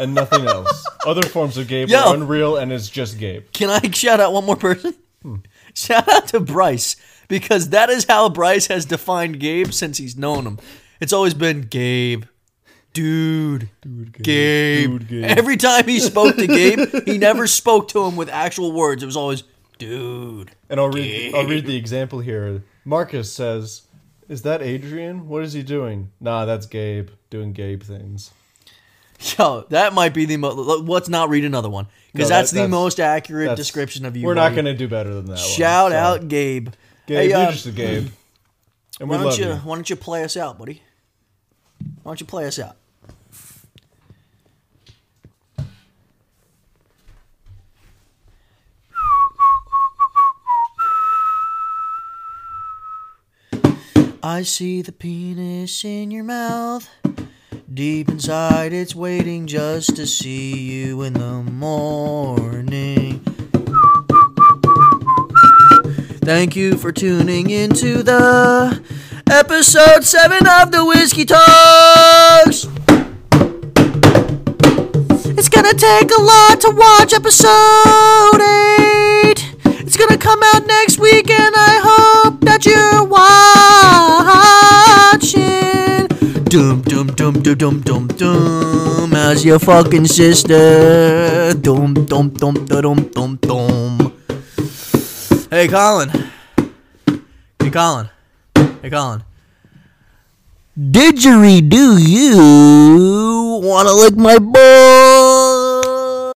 and nothing else. Other forms of Gabe
Yo.
are unreal, and it's just Gabe.
Can I shout out one more person?
Hmm.
Shout out to Bryce because that is how Bryce has defined Gabe since he's known him. It's always been Gabe, dude,
Dude, Gabe.
Gabe.
Dude, Gabe.
Every time he spoke to Gabe, he never spoke to him with actual words. It was always dude.
And I'll read I'll read the example here. Marcus says, "Is that Adrian? What is he doing?" Nah, that's Gabe doing Gabe things.
Yo, that might be the most. Let's not read another one because
No, that-
that's the
that's-
most accurate
That's-
description of you.
We're not
buddy.
going to do better than that.
shout
one, so.
out Gabe.
Gabe.
Hey, uh,
you're just a Gabe, and we
Why
love
don't you,
you.
Why don't you play us out, buddy? Why don't you play us out? I see the penis in your mouth. Deep inside, it's waiting just to see you in the morning. Thank you for tuning into the episode seven of the Whiskey Talks. It's gonna take a lot to watch episode eight. It's gonna come out next week, and I hope that you're watching. Doom, doom, doom, doom, doom, doom, doom. How's your fucking sister? Doom, doom, doom, da, doom, doom, doom. Hey, Colin. Hey, Colin. Hey, Colin. Didgeridoo, you wanna lick my balls?